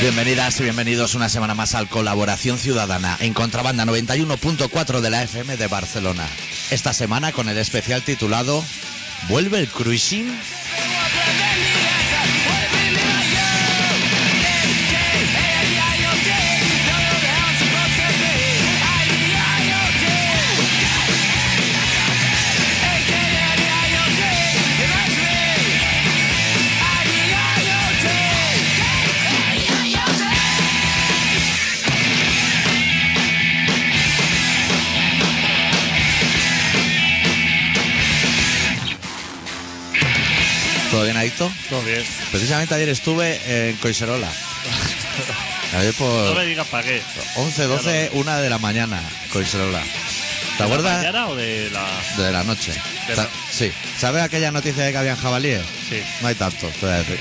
Bienvenidas y bienvenidos una semana más al Colaboración Ciudadana en Contrabanda 91.4 de la FM de Barcelona. Esta semana con el especial titulado ¿Vuelve el cruising? ¿Todo bien, Adicto? Todo bien. Precisamente ayer estuve en Coiserola. Ayer No me por digas para qué. 11, 12, 1 de la mañana, Coiserola. ¿Te acuerdas? ¿De la mañana o de la.? De la noche. De Sa- la- Sí. ¿Sabes aquella noticia de que habían jabalíes? Sí. No hay tanto, te voy a decir.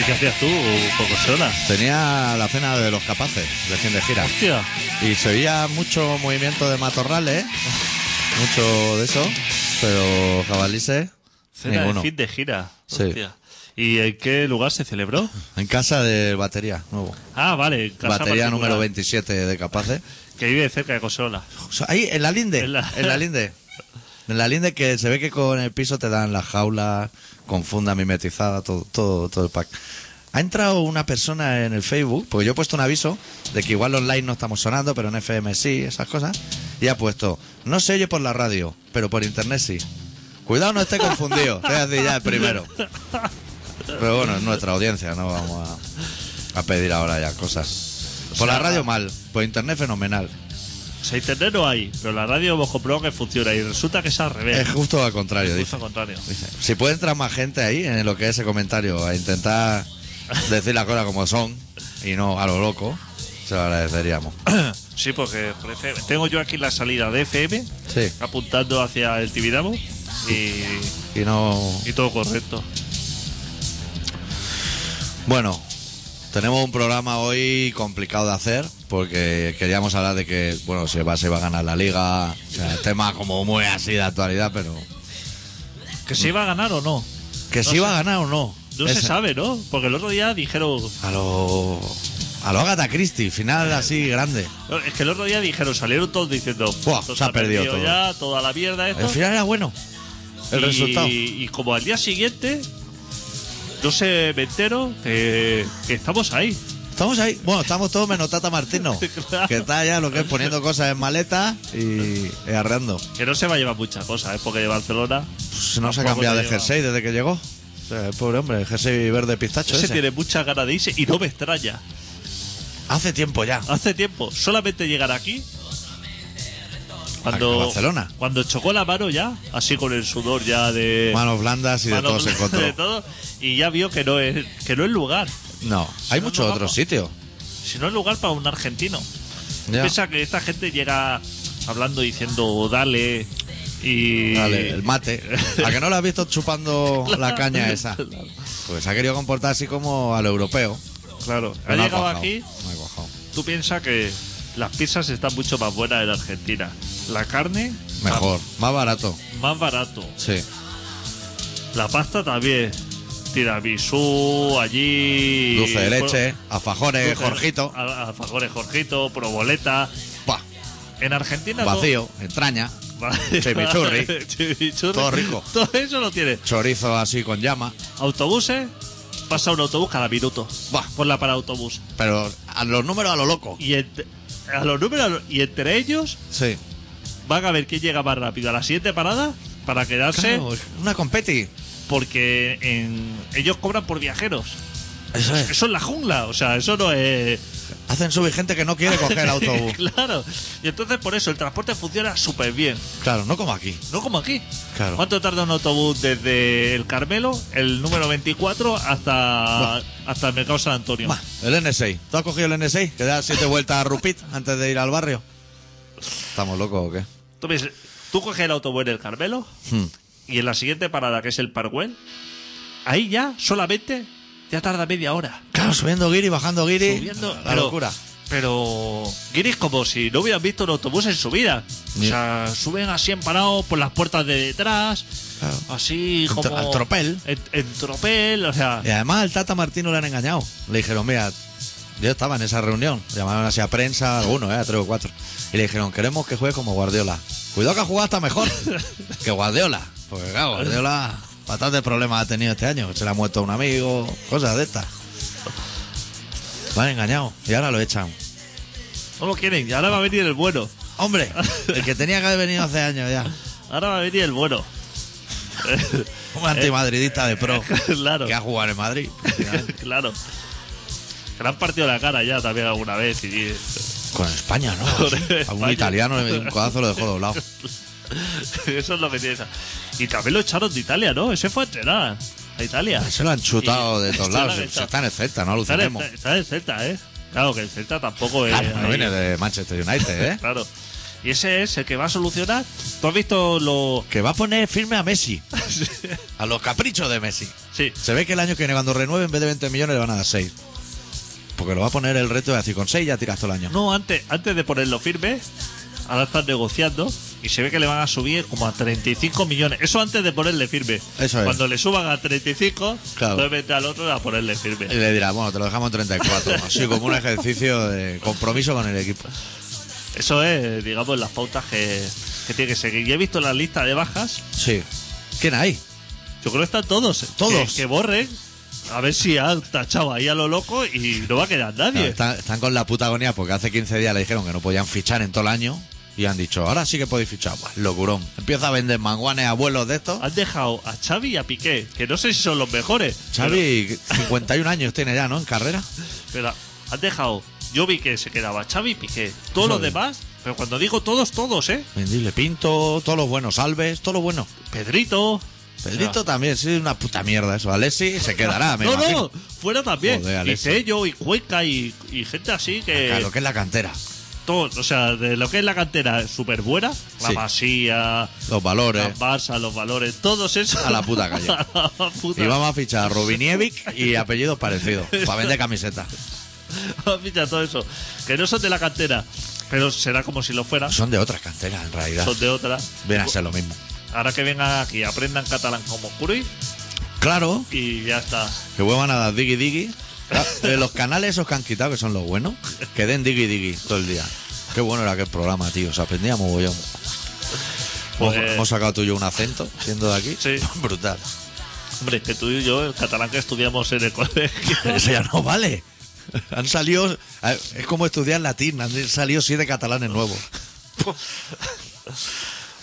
¿Y qué hacías tú, poco sola? Tenía la cena de los capaces, recién de gira. Hostia. Y se oía mucho movimiento de matorrales, ¿eh? mucho de eso, pero jabalíes, Cena ninguno. de fin de gira. Sí. Hostia. ¿Y en qué lugar se celebró? En casa de batería, nuevo. Ah, vale. en casa batería particular, número 27 de capaces. Que vive cerca de Cosola. O sea, ahí, en la linde. En En la, la- linde. En la linde que se ve que con el piso te dan las jaulas, con funda mimetizada, todo, todo, todo el pack. Ha entrado una persona en el Facebook, porque yo he puesto un aviso de que igual online no estamos sonando, pero en FM sí, esas cosas. Y ha puesto, no se oye por la radio, pero por internet sí. Cuidado, no esté confundido. Te voy a decir ya el primero. Pero bueno, es nuestra audiencia, no vamos a, a pedir ahora ya cosas. Por la radio mal, por internet fenomenal. O sea, internet no hay, pero la radio hemos comprobado que funciona y resulta que es al revés. Es justo al contrario, dice. Justo al contrario. Si puede entrar más gente ahí en lo que es ese comentario, a intentar decir las cosas como son y no a lo loco, se lo agradeceríamos. Sí, porque por FM. tengo yo aquí la salida de FM Sí. apuntando hacia el Tibidabo y, Y no. y todo correcto. Bueno, tenemos un programa hoy complicado de hacer porque queríamos hablar de que, bueno, se va, se va a ganar la liga, o sea, tema como muy así de actualidad, pero. ¿Que Mm. se iba a ganar o no? Que si No va sé. a ganar o no. No Ese- se sabe, ¿no? Porque el otro día dijeron A lo. A lo Agatha Christie, final así grande. No, Es que el otro día dijeron, salieron todos diciendo, Buah, esto se ha perdido todo". ya, toda la mierda esto. El final era bueno. El y, resultado. Y como al día siguiente, no sé, me entero que, que estamos ahí. Estamos ahí. Bueno, estamos todos menos Tata Martino. Claro. Que está ya lo que es poniendo cosas en maleta y, y arreando. Que no se va a llevar muchas cosas, ¿eh? porque de Barcelona Pues no se ha Tampoco cambiado de lleva. jersey desde que llegó. O sea, el pobre hombre, el jersey verde pistacho. ese ese. tiene muchas ganas de irse y no me extraña. Hace tiempo ya. Hace tiempo, solamente llegar aquí. A Cuando, Barcelona. cuando chocó la mano ya, así con el sudor ya de Manos blandas y de mano todo se encontró. de todo, y ya vio que no es que no es lugar, No, hay no, muchos no, otros no. sitios. sino es lugar para un argentino. Ya. Piensa que esta gente llega hablando diciendo dale y. Dale, el mate. ¿A que no lo has visto chupando la caña esa? Pues ha querido comportar así como al europeo. Claro. Ha Me lo llegado cuajado, aquí, me lo ha cuajado. tú piensas que las pizzas están mucho más buenas en Argentina. La carne. Mejor, Ah. más barato. más- Más barato. Sí. La pasta también. Tiramisú, allí. Dulce de bueno, leche, alfajores, dulce de- Jorgito. a- Alfajores Jorgito, proboleta. Buah. En Argentina. todo- Vacío, entraña, Chimichurri. Chimichurri. Chimichurri. Todo rico. Todo eso lo tiene. chorizo así con llama. Autobuses, pasa un autobús cada minuto. Buah. Por la para autobús. Pero a los números a lo loco. Y ent- a los números a lo- y entre ellos Sí. van a ver quién llega más rápido a la siguiente parada para quedarse Claro, una competi. porque en- ellos cobran por viajeros. Eso es. Eso es la jungla, o sea, eso no es... Hacen subir gente que no quiere coger el autobús. claro. Y entonces por eso el transporte funciona súper bien. Claro, no como aquí. No como aquí. Claro. ¿Cuánto tarda un autobús desde el Carmelo, el número 24, hasta, hasta el Mercado San Antonio? Bah, el N6. ¿Tú has cogido el N6? Que da siete vueltas a Rupit antes de ir al barrio. ¿Estamos locos o qué? Entonces, tú coges el autobús del Carmelo Hmm. y en la siguiente parada, que es el Parkwell, ahí ya solamente ya tarda media hora. Claro, subiendo guiri, bajando guiri. Subiendo, la pero- locura. Pero Guiris como si no hubieran visto un autobús en su vida. O Ni- sea, suben así empanados por las puertas de detrás, Claro. así En tro- como... al tropel. Eh. En, en tropel, o sea... Y además al Tata Martino le han engañado. Le dijeron, mira, yo estaba en esa reunión. Llamaron así a prensa, algunos, eh, a tres o cuatro. Y le dijeron, queremos que juegue como Guardiola. Cuidado que ha jugado hasta mejor que Guardiola. Porque claro, Guardiola bastantes problemas ha tenido este año. Se le ha muerto un amigo, cosas de estas. Lo han engañado y ahora lo echan. No lo quieren, y ahora va a venir el bueno. Hombre, el que tenía que haber venido hace años ya. Ahora va a venir el bueno. Un antimadridista de pro Eh, claro, que ha jugado en Madrid. claro. Que le han partido la cara ya también alguna vez. Y, Con España, ¿no? Con A un España. italiano le metió un codazo y lo dejó doblado. eso es lo que tiene esa. Y también lo echaron de Italia, ¿no? Ese fue a entrenar a Italia. Pues Se lo han chutado Y- de todos se lo han lados. Se, echado. está en el Celta, no Está en el- alucinemos. está en el Celta, ¿eh? Claro, que el Celta tampoco es. Claro, no ahí. viene de Manchester United, ¿eh? Claro. Y ese es el que va a solucionar. ¿Tú has visto lo.? Que va a poner firme a Messi. A los caprichos de Messi. Sí, Se ve que el año que viene, cuando renueve, en vez de 20 millones, le van a dar 6. Porque lo va a poner el reto de decir, con 6 ya tiras todo el año. No, antes, antes de ponerlo firme, ahora están negociando y se ve que le van a subir como a 35 millones. Eso antes de ponerle firme. Eso es. Cuando le suban a 35, Claro. nuevamente al otro a ponerle firme. Y le dirá, bueno, te lo dejamos en 34. Así como un ejercicio de compromiso con el equipo. Eso es, digamos, las pautas que, que tiene que seguir. Y he visto la lista de bajas. Sí. ¿Quién hay? Yo creo que están todos. eh, Todos. Que, que borren. A ver si han tachado ahí a lo loco y no va a quedar Claro, nadie. están, están con la puta agonía porque hace 15 días le dijeron que no podían fichar en todo el año y han dicho, ahora sí que podéis fichar. Buah, locurón. Empieza a vender manguanes abuelos de estos. Han dejado a Xavi y a Piqué, que no sé si son los mejores. Xavi, 51 años tiene ya, ¿no? En carrera. Pero has dejado. Yo vi que se quedaba Xavi y Piqué. Todos los Xavi. demás. Pero cuando digo todos, todos, ¿eh? Mendile Pinto, todos los buenos, Alves, todos los buenos. Pedrito. Pedrito O sea, también, sí, una puta mierda eso. Alessi se quedará, me No, imagino. no. Fuera también. Joder, y Alex. Ah, Sello, y Cuenca, y, y gente así que. Claro, que es la cantera. todo- o sea, de lo que es la cantera súper buena. La Sí. Masía. Los La valores. Barça, los valores, todos esos. A la puta calle. A la puta. Y vamos a fichar a Rubinievic y apellidos parecidos. Para vender camisetas. Vamos a fichar todo eso. Que no son de la cantera, pero será como si lo fuera. Son de otras canteras, en realidad. Son de otra. Ven a ser lo mismo. Ahora que vengan aquí, aprendan catalán como Cruyff Claro, y ya está. que vuelvan a dar diggy diggy. Ah, De los canales esos que han quitado, que son los buenos, que den diggy diggy todo el día. Qué bueno era aquel programa, tío. Se aprendía mogollón. Hemos- Pues- Hemos sacado tú y yo un acento, siendo de aquí. Sí. Brutal. Hombre, que tú y yo, el catalán que estudiamos en el colegio. Eso ya no vale. Han salido. a- Es como estudiar latín. Han salido siete catalanes nuevos.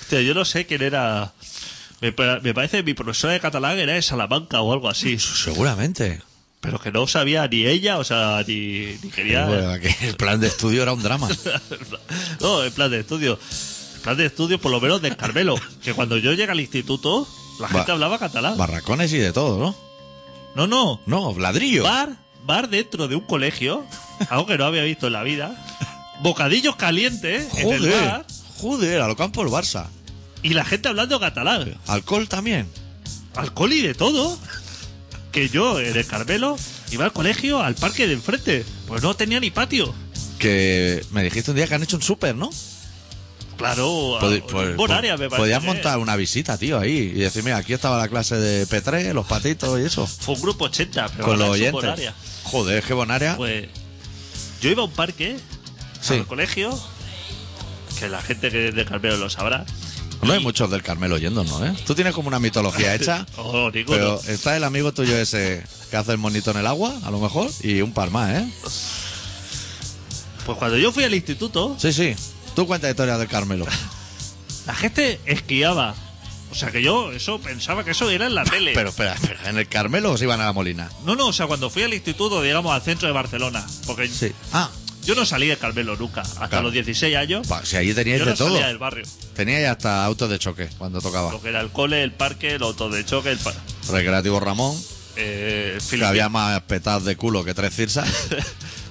Hostia, yo no sé quién era. Me, pa- me parece que mi profesora de catalán era de Salamanca o algo así. Seguramente. Pero que no sabía ni ella, o sea, ni, ni quería. Bueno, que el plan de estudio era un drama. no, en plan de estudio. En plan de estudio, por lo menos del Carmelo. Que cuando yo llegué al instituto, la Ba- gente hablaba catalán. Barracones y de todo, ¿no? No, no. No, ladrillo. Bar, bar dentro de un colegio, algo que no había visto en la vida. Bocadillos calientes en el Joder. bar. Joder, a lo campo el Barça. Y la gente hablando catalán. Alcohol también. alcohol y de todo. Que yo, en el Carmelo, iba al colegio, al parque de enfrente. Pues no tenía ni patio. Que me dijiste un día que han hecho un súper, ¿no? Claro, a- Podi- un pod- buen pod- área me parece. podías ¿eh? montar una visita, tío, ahí. Y decir, mira, aquí estaba la clase de P3, los patitos y eso. Fue un grupo 80, pero con ahora los es un buen oyentes. área. Joder, qué bonaria. Pues yo iba a un parque, Sí. al colegio, que la gente que es de Carmelo lo sabrá. No hay muchos del Carmelo oyéndonos, ¿eh? Tú tienes como una mitología hecha. Oh, ninguno. Pero está el amigo tuyo ese que hace el monito en el agua, a lo mejor, y un par más, ¿eh? Pues cuando yo fui al instituto, Sí, sí. Tú cuenta historias del Carmelo. la gente esquiaba. O sea que yo eso pensaba que eso era en la tele. Pero espera, espera, ¿en el Carmelo o se iban a la Molina? No, no, o sea, cuando fui al instituto, digamos, al centro de Barcelona. Porque Sí. Ah, yo no salí de Carmelo nunca, hasta Claro. los 16 años. pa- si allí yo teníais no de todo. salía del barrio. Teníais hasta autos de choque cuando tocaba. Lo que era el cole, el parque, el auto de choque, el. pa- Recreativo Ramón, Eh, que Filipinas. había más petadas de culo que tres cirsas.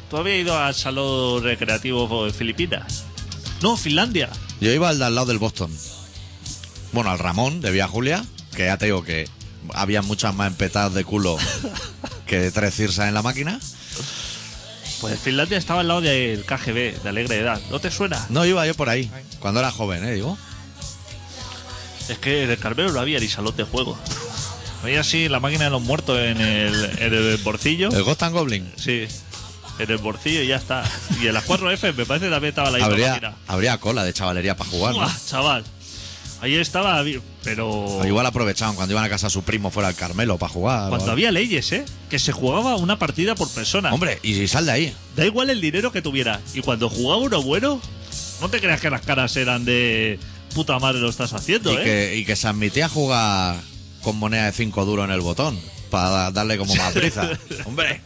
¿Tú habías ido al salón recreativo de Filipinas? No, Finlandia. Yo iba al de al lado del Boston. Bueno, al Ramón de Vía Julia, que ya te digo que había muchas más empetadas de culo que tres cirsas en la máquina. Pues Finlandia estaba al lado del KGB, de Alegre Edad. ¿No te suena? No iba yo por ahí, cuando era joven, ¿eh? Digo. Es que de Carmelo no había ni salón de juego. Había así la máquina de los muertos en el, en el bolsillo. El Ghost and Goblin. Sí. En el bolsillo y ya está. Y en las 4F me parece que también estaba la misma Habría, máquina. habría cola de chavalería para jugar, ¿no? Buah, chaval. Ahí estaba, pero... O Igual aprovechaban cuando iban a casa a su primo fuera al Carmelo para jugar. o Cuando algo. había leyes, ¿eh? Que se jugaba una partida por persona. Hombre, y si sal de ahí. Da igual el dinero que tuviera. Y cuando jugaba uno bueno, no te creas que las caras eran de puta madre lo estás haciendo, Y, ¿eh? que, y que se admitía a jugar con moneda de 5 duros en el botón. Para darle como más prisa. Hombre.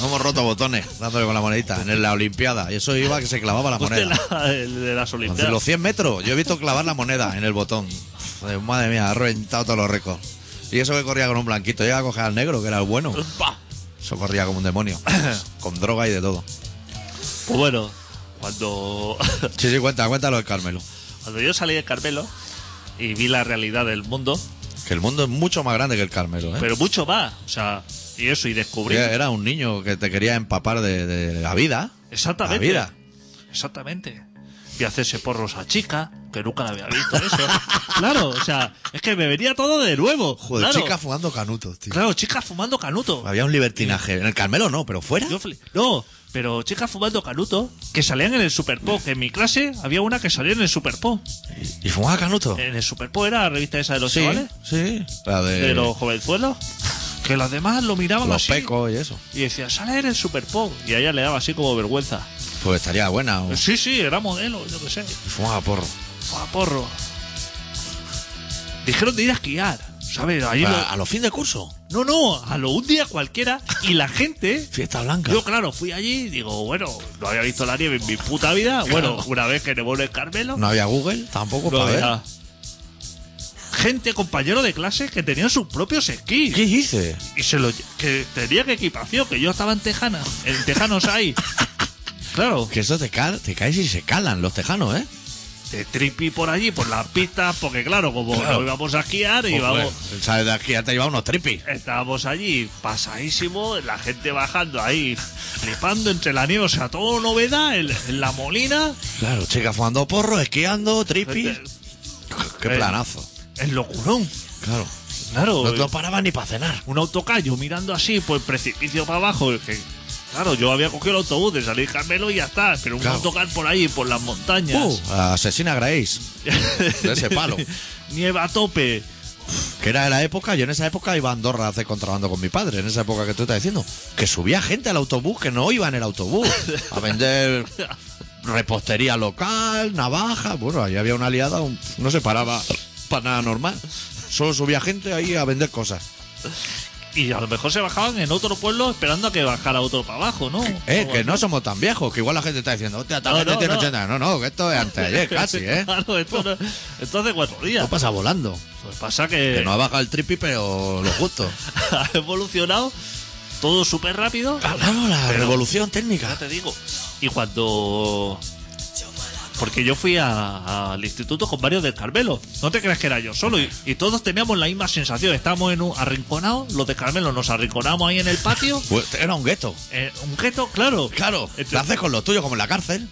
no hemos roto botones dándole con la monedita en la Olimpiada. Y eso iba que se clavaba la Ponte moneda. la- el de las Entonces, Olimpiadas. los 100 metros. Yo he visto clavar la moneda en el botón. Joder, madre mía, ha reventado todos los récords. Y eso que corría con un blanquito. Yo iba a coger al negro, que era el bueno. Pa. Eso corría como un demonio. con droga y de todo. Pues bueno, cuando, Sí, sí, cuenta, cuéntalo del Carmelo. cuando yo salí de Carmelo y vi la realidad del mundo, Que el mundo es mucho más grande que el Carmelo, ¿eh? pero mucho más, o sea, y eso, y descubrí. Porque Era un niño que te quería empapar de, de la vida. Exactamente. La vida. Exactamente. Y hacerse porros a chica, que nunca la había visto eso. claro, o sea, es que me venía todo de nuevo. Joder, claro, chicas fumando canutos, tío. Claro, chicas fumando canuto. Había un libertinaje. En el Carmelo no, pero fuera. Yo fli- no, pero chicas fumando canuto que salían en el Superpop. Que en mi clase había una que salía en el Superpop. ¿Y fumaba canuto? En el Superpop era la revista esa de Eh, los sí, chavales, sí. La de, de los jovenzuelos. Que los demás lo miraban los así. pecos y eso. Y decía, sale en el Superpop. Y a ella le daba así como vergüenza. Pues estaría buena. o- Sí, sí, era modelo, yo qué sé. Y fumaba porro. Fua, porro. Dijeron de ir a esquiar. ¿Sabes? Allí A, a los fin de curso. lo- No, no, a lo un día cualquiera. Y la gente Fiesta blanca. Yo, claro, fui allí y digo, bueno, no había visto la nieve en mi puta vida. Bueno, una vez que nevó en el Carmelo, No había Google tampoco no para ver. había- Gente, compañero de clase, que tenían sus propios esquís. ¿Qué hice? Y se lo. que tenía que equipación, que yo estaba en Tejana, en Tejanos ahí. Claro, Que eso te, cal, te caes y se calan los tejanos, ¿eh? te tripi por allí, por las pistas, porque claro, como Claro. Pues no íbamos a esquiar, íbamos. Joder, Sales de aquí ya te lleva unos tripis. Estábamos allí, pasadísimo, la gente bajando ahí, flipando entre la nieve, o sea, todo novedad en- en la molina. Claro, chicas fumando porro, esquiando, tripis. Gente- Qué eh, planazo. El locurón. Claro. Claro. No, no paraba ni para cenar. Un autocayo mirando así por el precipicio para abajo. que- claro, yo había cogido el autobús de salir Carmelo y ya está. Pero un Claro. autocar por ahí, por las montañas. Uh, asesina Grace. de ese palo. Nieva a tope. Que era de la época, yo en esa época iba a Andorra a hacer contrabando con mi padre, en esa época que tú estás diciendo, que subía gente al autobús que no iba en el autobús a vender repostería local, navaja, bueno, ahí había una aliada, no se paraba para nada normal, solo subía gente ahí a vender cosas. Y a lo mejor se bajaban en otro pueblo esperando a que bajara otro para abajo, ¿no? Eh, O que no somos tan viejos, que igual la gente está diciendo, hostia, tal No, gente no, tiene no. 80, no, no, que esto es antes de ayer casi, ¿eh? Claro, esto, no- esto es de cuatro días. No pasa volando. Pues pasa que, Que no ha bajado el tripi, pero lo justo. ha evolucionado todo súper rápido. Claro, la Pero- revolución técnica. Ya te digo. Y cuando. Porque yo fui a- al instituto con varios del Carmelo. No te creas que era yo solo. Y, y todos teníamos la misma sensación. Estábamos en un arrinconado. Los de Carmelo nos arrinconamos ahí en el patio. Pues era un gueto. Eh, un gueto, claro. Claro, Entre- te haces con los tuyos como en la cárcel.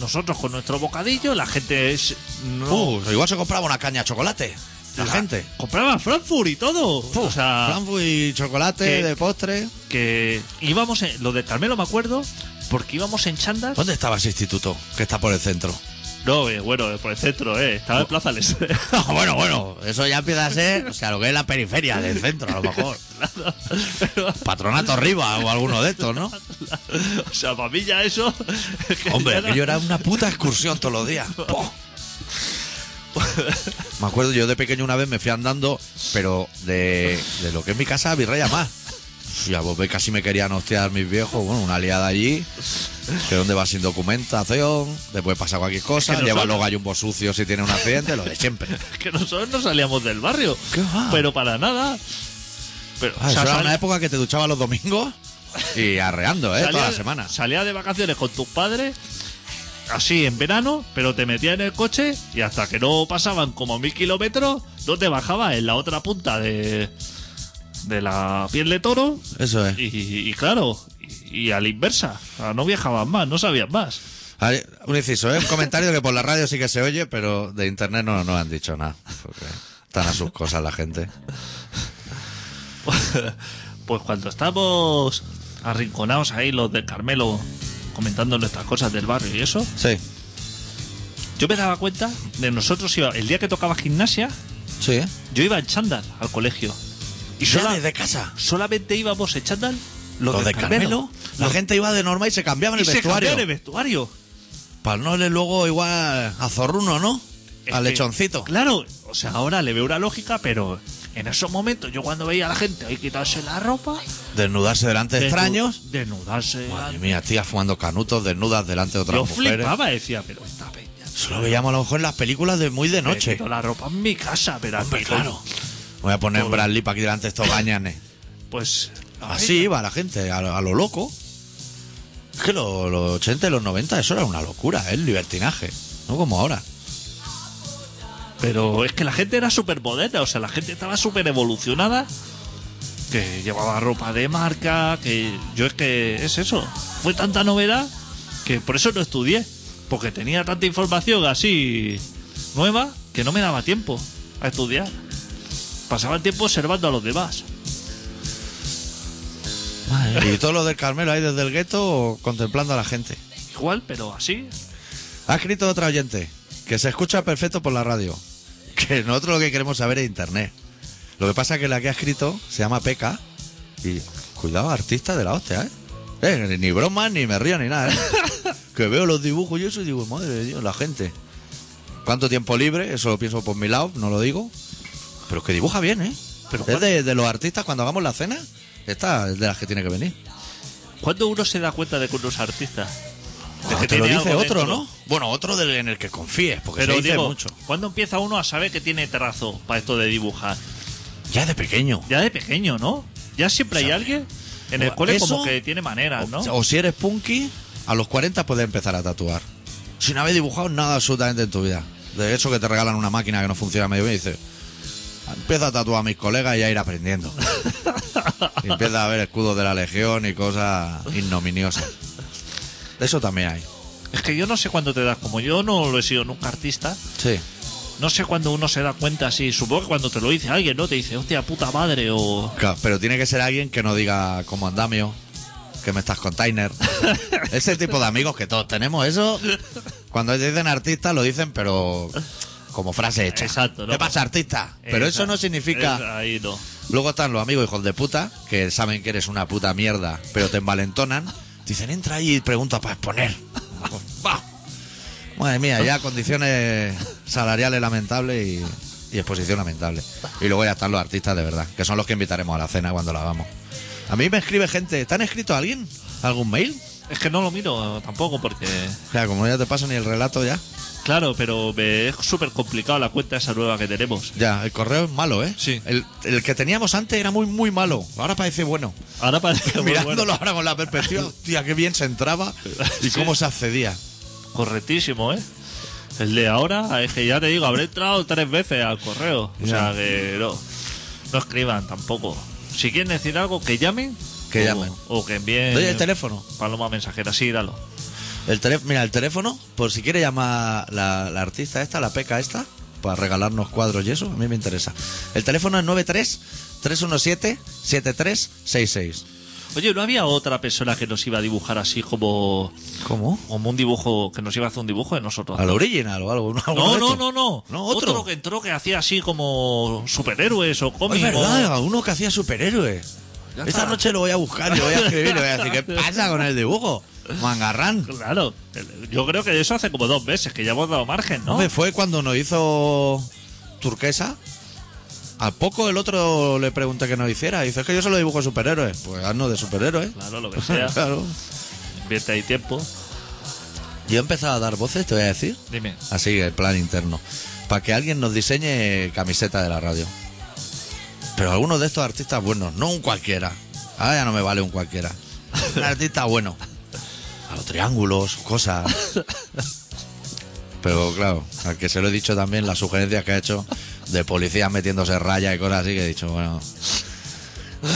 Nosotros con nuestro bocadillo. La gente es. No, Uh, igual se compraba una caña de chocolate. La gente. Compraba Frankfurt y todo. o sea. Frankfurt y chocolate que- de postre. que íbamos. En, los de Carmelo me acuerdo. Porque íbamos en chandas. ¿Dónde estaba ese instituto que está por el centro? No, eh, bueno, eh, por el centro, eh. Estaba en Plaza Les. Ah, bueno, bueno, eso ya empieza a ser, o sea, lo que es la periferia del centro, a lo mejor. Patronato Riva o alguno de estos, ¿no? O sea, para mí ya eso. que Hombre, ya no- aquello era una puta excursión todos los días. Po. Me acuerdo, yo de pequeño una vez me fui andando, pero de, de lo que es mi casa a Virrey a más. Ya vos ves, casi me querían hostear mis viejos. Bueno, una liada allí. Que dónde vas sin documentación. Después pasa cualquier cosa. Es que lleva nosotros- los gallumbos sucios si tiene un accidente. Lo de siempre. que nosotros no salíamos del barrio. ¿Qué va? Pero para nada. Pero, Ah, o eso sea, era sal- una época que te duchabas los domingos y arreando, ¿eh? salía Toda la de- semana. Salía de vacaciones con tus padres, así en verano, pero te metías en el coche y hasta que no pasaban como mil kilómetros, no te bajabas en la otra punta de, de la piel de toro. Eso es. Y, y claro, y, y a la inversa. O sea, no viajabas más, no sabías más. A ver, Un inciso, ¿eh? Un comentario que por la radio sí que se oye, pero de internet no nos han dicho nada. Porque están a sus cosas la gente. Pues cuando estamos arrinconados ahí los del Carmelo comentando nuestras cosas del barrio y eso, Sí. yo me daba cuenta de nosotros iba, el día que tocaba gimnasia, Sí. yo iba en chándal al colegio. Y Ya sola- desde casa. solamente íbamos en chándal los, Los, del de Carmelo. La gente iba de norma y se cambiaban y el se vestuario. cambiaban el vestuario. Para no le luego igual a Zorruno, ¿no? Es Al que, lechoncito. Claro, o sea, ahora le veo una lógica, pero en esos momentos yo cuando veía a la gente ahí quitarse la ropa, Desnudarse delante de desnu- extraños. desnudarse. Madre mía, tías fumando canutos desnudas delante de otras yo mujeres. flipaba, decía, pero esta peña. Eso lo veíamos a lo mejor en las películas de muy de me noche. quito la ropa en mi casa, pero Hombre, aquí, claro. Voy a poner Todo. Bradley para aquí delante de estos gañanes. Pues Así iba la gente, a, lo- a lo loco. Es que lo- los 80 y los 90 eso era una locura, ¿eh? el libertinaje. No como ahora. Pero es que la gente era súper moderna, o sea, la gente estaba súper evolucionada. Que llevaba ropa de marca, que yo es que es eso. Fue tanta novedad que por eso no estudié. Porque tenía tanta información así nueva que no me daba tiempo a estudiar. Pasaba el tiempo observando a los demás. Y todos los del Carmelo ahí desde el gueto contemplando a la gente. Igual, pero así. Ha escrito otra oyente que se escucha perfecto por la radio. Que nosotros lo que queremos saber es internet. Lo que pasa es que la que ha escrito se llama Peca. Y cuidado, artista de la hostia, ¿eh? Eh, ni bromas, ni me río, ni nada, ¿eh? Que veo los dibujos y eso y digo, madre de Dios, la gente. ¿Cuánto tiempo libre? Eso lo pienso por mi lado, no lo digo. Pero es que dibuja bien, ¿eh? Pero es de, de los artistas cuando hagamos la cena. Esta es de las que tiene que venir. ¿Cuándo uno se da cuenta de que uno es artista? De Ah, Te lo tiene dice algo otro, dentro. ¿no? Bueno, otro del- en el que confíes, porque Pero se dice digo, mucho. ¿cuándo empieza uno a saber que tiene trazo para esto de dibujar? Ya de pequeño. Ya de pequeño, ¿no? Ya siempre hay alguien en el Buah, cole eso- como que tiene maneras, ¿no? O, o si eres punky, a los 40 puedes empezar a tatuar. Sin haber dibujado nada absolutamente en tu vida. De eso que te regalan una máquina que no funciona medio bien y dices, empieza a tatuar a mis colegas y a ir aprendiendo. y empieza a ver escudos de la legión y cosas ignominiosas. Eso también hay. Es que yo no sé cuándo te das, como yo no lo he sido nunca artista, Sí. no sé cuándo uno se da cuenta así, supongo que cuando te lo dice alguien, ¿no? Te dice, hostia puta madre, o Claro, pero tiene que ser alguien que no diga como andamio, que me estás container. Ese tipo de amigos que todos tenemos, eso. Cuando dicen artista lo dicen, pero como frase hecha. Exacto, ¿no? ¿Qué pasa, artista? Pero eso Esa- no significa. esa- ahí no. Luego están los amigos hijos de puta, que saben que eres una puta mierda, pero te envalentonan. Dicen, entra ahí y pregunta para exponer. Va. Madre mía, ya condiciones salariales lamentables y, y exposición lamentable. Y luego ya están los artistas de verdad, que son los que invitaremos a la cena cuando la hagamos. A mí me escribe gente, ¿te han escrito alguien? ¿Algún mail? Es que no lo miro tampoco porque, O sea, como ya te paso ni el relato ya. claro, pero me es súper complicado la cuenta esa nueva que tenemos. Ya, el correo es malo, ¿eh? Sí. El, el que teníamos antes era muy, muy malo. Ahora parece bueno. Ahora parece que pues, Mirándolo ahora con la perspectiva, hostia, qué bien se entraba y cómo se accedía. Correctísimo, ¿eh? El de ahora es que ya te digo, habré entrado tres veces al correo. O sea Ya. que no, no escriban tampoco. Si quieren decir algo, que llamen. Que o, llamen. O que envíen. Doy el teléfono. Paloma mensajera, sí, dalo. El tele- mira, el teléfono, por si quiere llamar la, la artista esta, la peca esta, para regalarnos cuadros y eso, a mí me interesa. El teléfono es 93-317-7366. Oye, ¿no había otra persona que nos iba a dibujar así como, ¿Cómo? como un dibujo, que nos iba a hacer un dibujo de nosotros? ¿Al original o algo? ¿Alguno No, de no, estos? no, no. No, otro. que entró que hacía así como superhéroes o Es cómics. o- verdad, uno que hacía superhéroes. Ya Esta está. noche lo voy a buscar, lo voy a escribir, le voy a decir, ¿qué pasa con el dibujo? Mangarrán. Claro, yo creo que eso hace como dos meses que ya hemos dado margen, ¿no? Hombre, fue cuando nos hizo turquesa. Al poco el otro le pregunté que nos hiciera. Dice, es que yo solo dibujo superhéroes. Pues haznos de superhéroes. Claro, lo que sea. Claro. Invierte ahí tiempo. Yo he empezado a dar voces, te voy a decir. Dime. Así, el plan interno. Para que alguien nos diseñe camiseta de la radio. Pero algunos de estos artistas buenos, no un cualquiera. Ahora ya no me vale un cualquiera. Un artista bueno. A los triángulos, cosas. Pero claro, al que se lo he dicho también, las sugerencias que ha hecho de policías metiéndose rayas y cosas así, que he dicho, bueno.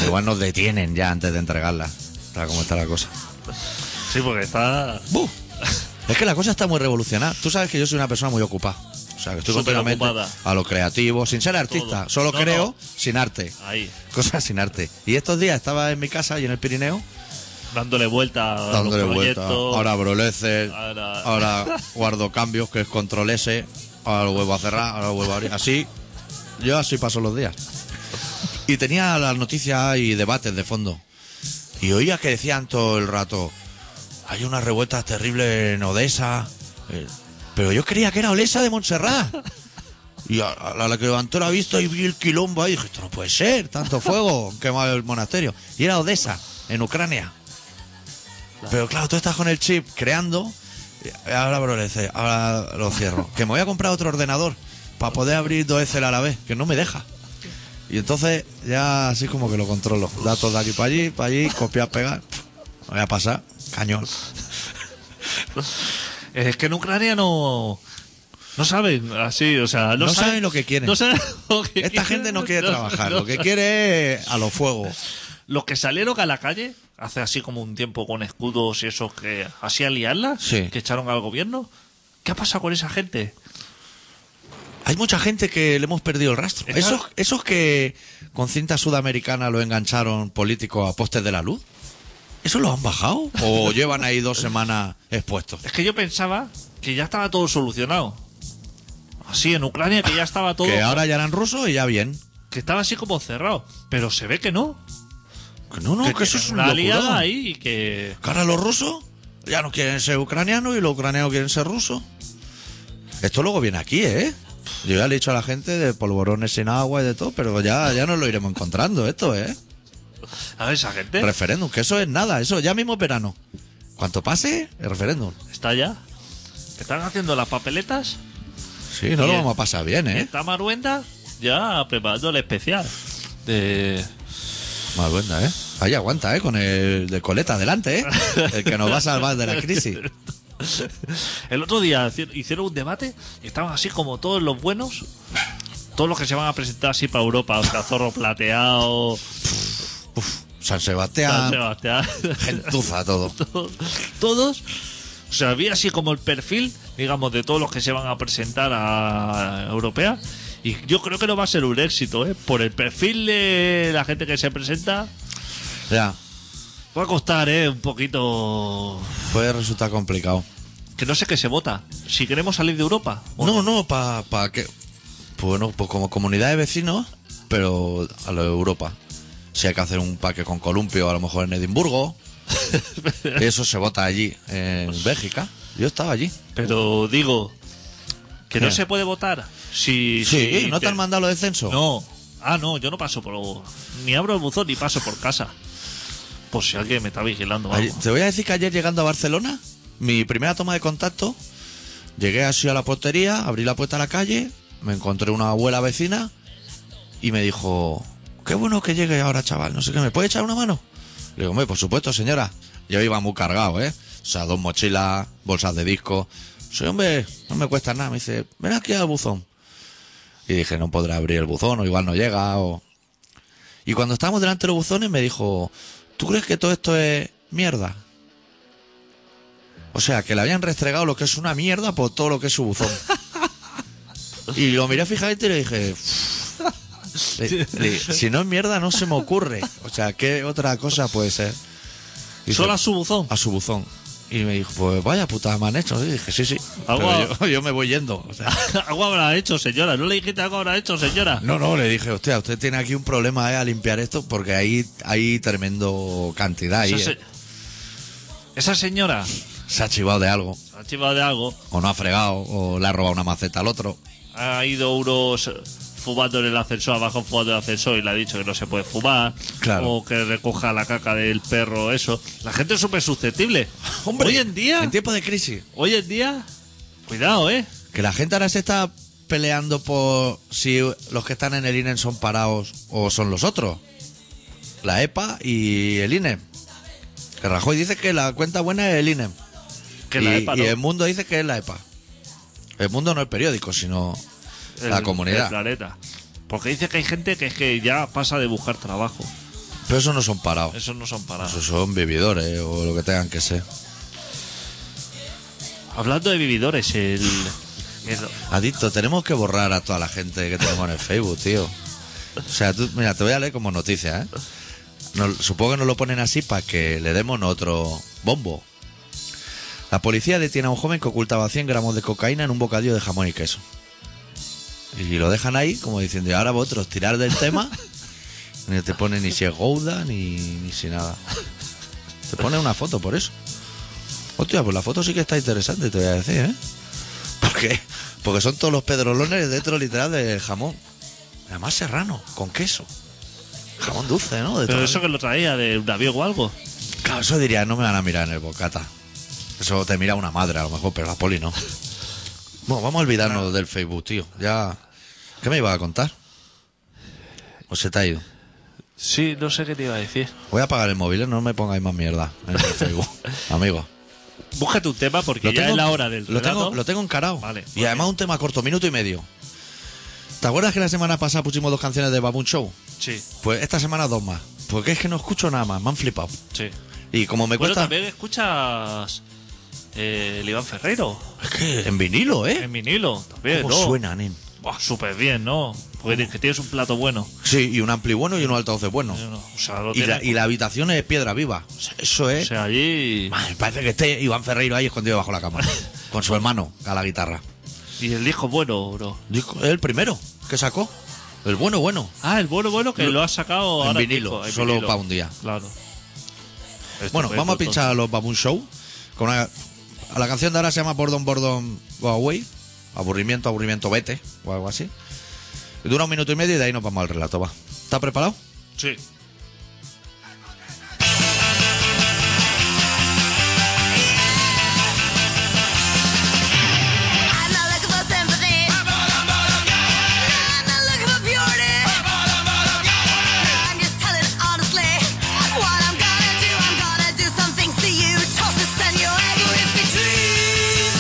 Igual nos detienen ya antes de entregarla. Está como está la cosa. Sí, porque está ¡Bu! Es que la cosa está muy revolucionada. Tú sabes que yo soy una persona muy ocupada. O sea, que estoy Súper completamente ocupada. a lo creativo, sin ser artista. Todo. Solo No, creo no. sin arte. ahí, Cosas sin arte. Y estos días estaba en mi casa y en el Pirineo dándole vuelta a dándole los vueltas. proyectos. Ahora abro leces, Ahora- ahora guardo cambios, que es control S. Ahora lo vuelvo a cerrar, ahora lo vuelvo a abrir. Así, yo así paso los días. Y tenía las noticias y debates de fondo. Y oía que decían todo el rato: hay unas revueltas terribles en Odessa. Eh, Pero yo creía que era Olesa de Montserrat. Y a, a la que levantó la vista y vi el quilombo ahí, dije, esto no puede ser, tanto fuego, quemado el monasterio. Y era Odessa, en Ucrania. Pero claro, tú estás con el chip creando, y ahora abro el Excel, ahora lo cierro. que me voy a comprar otro ordenador para poder abrir dos Excel a la vez, que no me deja. Y entonces ya así como que lo controlo. Datos de aquí para allí, para allí, copiar, pegar. Me voy a pasar, cañón. Es que en Ucrania no. No saben así, o sea, no, No saben lo que quieren. No saben lo que Esta quieren. gente no quiere No, trabajar, no. lo que quiere es a lo fuego. Los que salieron a la calle hace así como un tiempo con escudos y esos que así a liarla, Sí. que echaron al gobierno. ¿Qué ha pasado con esa gente? Hay mucha gente que le hemos perdido el rastro. Está- Esos, esos que con cinta sudamericana lo engancharon políticos a postes de la luz, ¿eso los han bajado? ¿O llevan ahí dos semanas expuestos? Es que yo pensaba que ya estaba todo solucionado. Así en Ucrania que ya estaba todo. Que ahora ya eran rusos y ya bien. que estaba así como cerrado. Pero se ve que no. Que no, no, que, eso tienen es un una locurón. aliada ahí y que. Que ahora los rusos ya no quieren ser ucranianos y los ucranianos quieren ser rusos. Esto luego viene aquí, ¿eh? Yo ya le he dicho a la gente de polvorones sin agua y de todo, pero ya, ya nos lo iremos encontrando esto, ¿eh? A ver, esa gente Referéndum, que eso es nada, eso ya mismo es verano. Cuanto pase, el referéndum. está ya. que Están haciendo las papeletas. Sí, no lo Y el- vamos a pasar bien, y ¿eh? Está Maruenda ya preparando el especial. De. Más buena, ¿eh? Ahí aguanta, ¿eh? Con el de coleta adelante, ¿eh? El que nos va a salvar de la crisis. El otro día hicieron- hicieron un debate y estaban así como todos los buenos. Todos los que se van a presentar así para Europa. O sea, Zorro Plateado, San San Sebastián, Sebastián. gentuza todo. todos, todos, o sea, había así como el perfil, digamos, de todos los que se van a presentar a Europea. Y yo creo que no va a ser un éxito, ¿eh? Por el perfil de la gente que se presenta, Ya, va a costar, ¿eh? Un poquito... puede resultar complicado. Que no sé qué se vota. Si queremos salir de Europa. o No, no, para pa que... Bueno, pues como comunidad de vecinos, pero a lo de Europa. Si hay que hacer un parque con columpio, a lo mejor en Edimburgo. Eso se vota allí, en Bélgica. Yo estaba allí. Pero digo, que no Sí. se puede votar. Si, Sí, si ¿no te han mandado los descensos? No. Ah, no, yo no paso por... Ni abro el buzón ni paso por casa. Por si alguien me está vigilando. Ayer- vamos. te voy a decir que ayer llegando a Barcelona, mi primera toma de contacto, llegué así a la portería, abrí la puerta a la calle, me encontré una abuela vecina y me dijo, qué bueno que llegue ahora, chaval, no sé qué, ¿me puede echar una mano? Le digo, hombre, por supuesto, señora. Yo iba muy cargado, ¿eh? O sea, dos mochilas, bolsas de disco. Sí, hombre, no me cuesta nada. Me dice, ven aquí al buzón. Y dije, no podrá abrir el buzón, o igual no llega, o... Y cuando estábamos delante de los buzones me dijo, ¿tú crees que todo esto es mierda? O sea, que le habían restregado lo que es una mierda por todo lo que es su buzón. Y lo miré fijamente y le dije, "Uf". Le- le dije, si no es mierda no se me ocurre. O sea, ¿qué otra cosa puede ser? Dice, Solo a su buzón. a su buzón. Y me dijo, pues vaya puta me han hecho. Y dije, sí, sí. Algo- Pero yo, yo me voy yendo. o sea. algo habrá hecho, señora. ¿No le dijiste algo habrá hecho, señora? no, no, le dije, hostia, usted tiene aquí un problema eh, a limpiar esto porque hay, hay tremendo cantidad. Ahí, Esa, eh. se- esa señora se ha chivado de algo. se ha chivado de algo. O no ha fregado, o le ha robado una maceta al otro. Ha ido unos fumando en el ascensor, abajo fumando en el ascensor y le ha dicho que no se puede fumar. Claro. O que recoja la caca del perro, eso. La gente es súper susceptible. hoy en día, En tiempos de crisis. hoy en día, cuidado, ¿eh? Que la gente ahora se está peleando por si los que están en el INE son parados o son los otros. La EPA y el INE. Que Rajoy dice que la cuenta buena es el INE. Que y, la EPA, y ¿no? el mundo dice que es la EPA. El mundo no el periódico, sino la El- el comunidad. planeta. Porque dice que hay gente que es que ya pasa de buscar trabajo. Pero esos no son parados. Esos no son parados. Esos son vividores o lo que tengan que ser. Hablando de vividores, el. el- Adicto, tenemos que borrar a toda la gente que tenemos en el Facebook, tío. O sea, tú, mira, te voy a leer como noticia, ¿eh? Nos- supongo que nos lo ponen así para que le demos otro bombo. La policía detiene a un joven que ocultaba 100 gramos de cocaína en un bocadillo de jamón y queso. Y lo dejan ahí, como diciendo, y ahora vosotros tirar del tema. ni te pone ni si es Gouda, ni, ni si nada. Te pone una foto por eso. Hostia, pues la foto sí que está interesante, te voy a decir, ¿eh? ¿Por qué? Porque son todos los pedrolones dentro literal del jamón. Además serrano, con queso. Jamón dulce, ¿no? De toda pero la eso que lo traía de un avión o algo. Claro, eso diría, no me van a mirar en el bocata. Eso te mira una madre a lo mejor, pero la poli no. Bueno, vamos a olvidarnos del Facebook, tío. Ya. ¿Qué me iba a contar? ¿O se te ha ido? Sí, no sé qué te iba a decir. Voy a apagar el móvil, ¿eh? no me pongáis más mierda en el Facebook, amigo. Búscate un tema porque ya es la hora del lo relato. tengo, lo tengo encarado. Vale, y vale. además un tema corto, minuto y medio. ¿Te acuerdas que la semana pasada pusimos dos canciones de Baboon Show? Sí, Pues esta semana dos más. Porque es que no escucho nada más, me han flipado. sí. Y como me Bueno, cuesta. también escuchas eh, el Iván Ferreiro Es que en vinilo, ¿eh? en vinilo. También, ¿Cómo ¿no? suenan, eh? Buah, Súper bien, ¿no? Porque tienes- que tienes un plato bueno. Sí, y un ampli bueno y un altavoz bueno. O sea, lo Y tienes- la, y la habitación es piedra viva. Eso o es. sea, allí. Madre, parece que esté Iván Ferreiro ahí escondido bajo la cama. con su hermano a la guitarra. Y el disco bueno, bro. Disco- Es el primero que sacó. El bueno, bueno. Ah, el bueno bueno que lo has sacado En ahora vinilo, mismo, en solo vinilo. pa' un día. Claro. Bueno, Estupendo, vamos a pinchar a los Baboon Show. Con una- a la canción de ahora se llama Bordón Bordón Go Away. Aburrimiento, aburrimiento, vete. O algo así. Dura un minuto y medio y de ahí nos vamos al relato. Va. ¿Estás preparado? Sí. I'm not looking for sympathy. I'm not looking for beauty. I'm just telling it honestly. What I'm gonna do, I'm gonna do some things to you. Toss this and your egoistic dreams.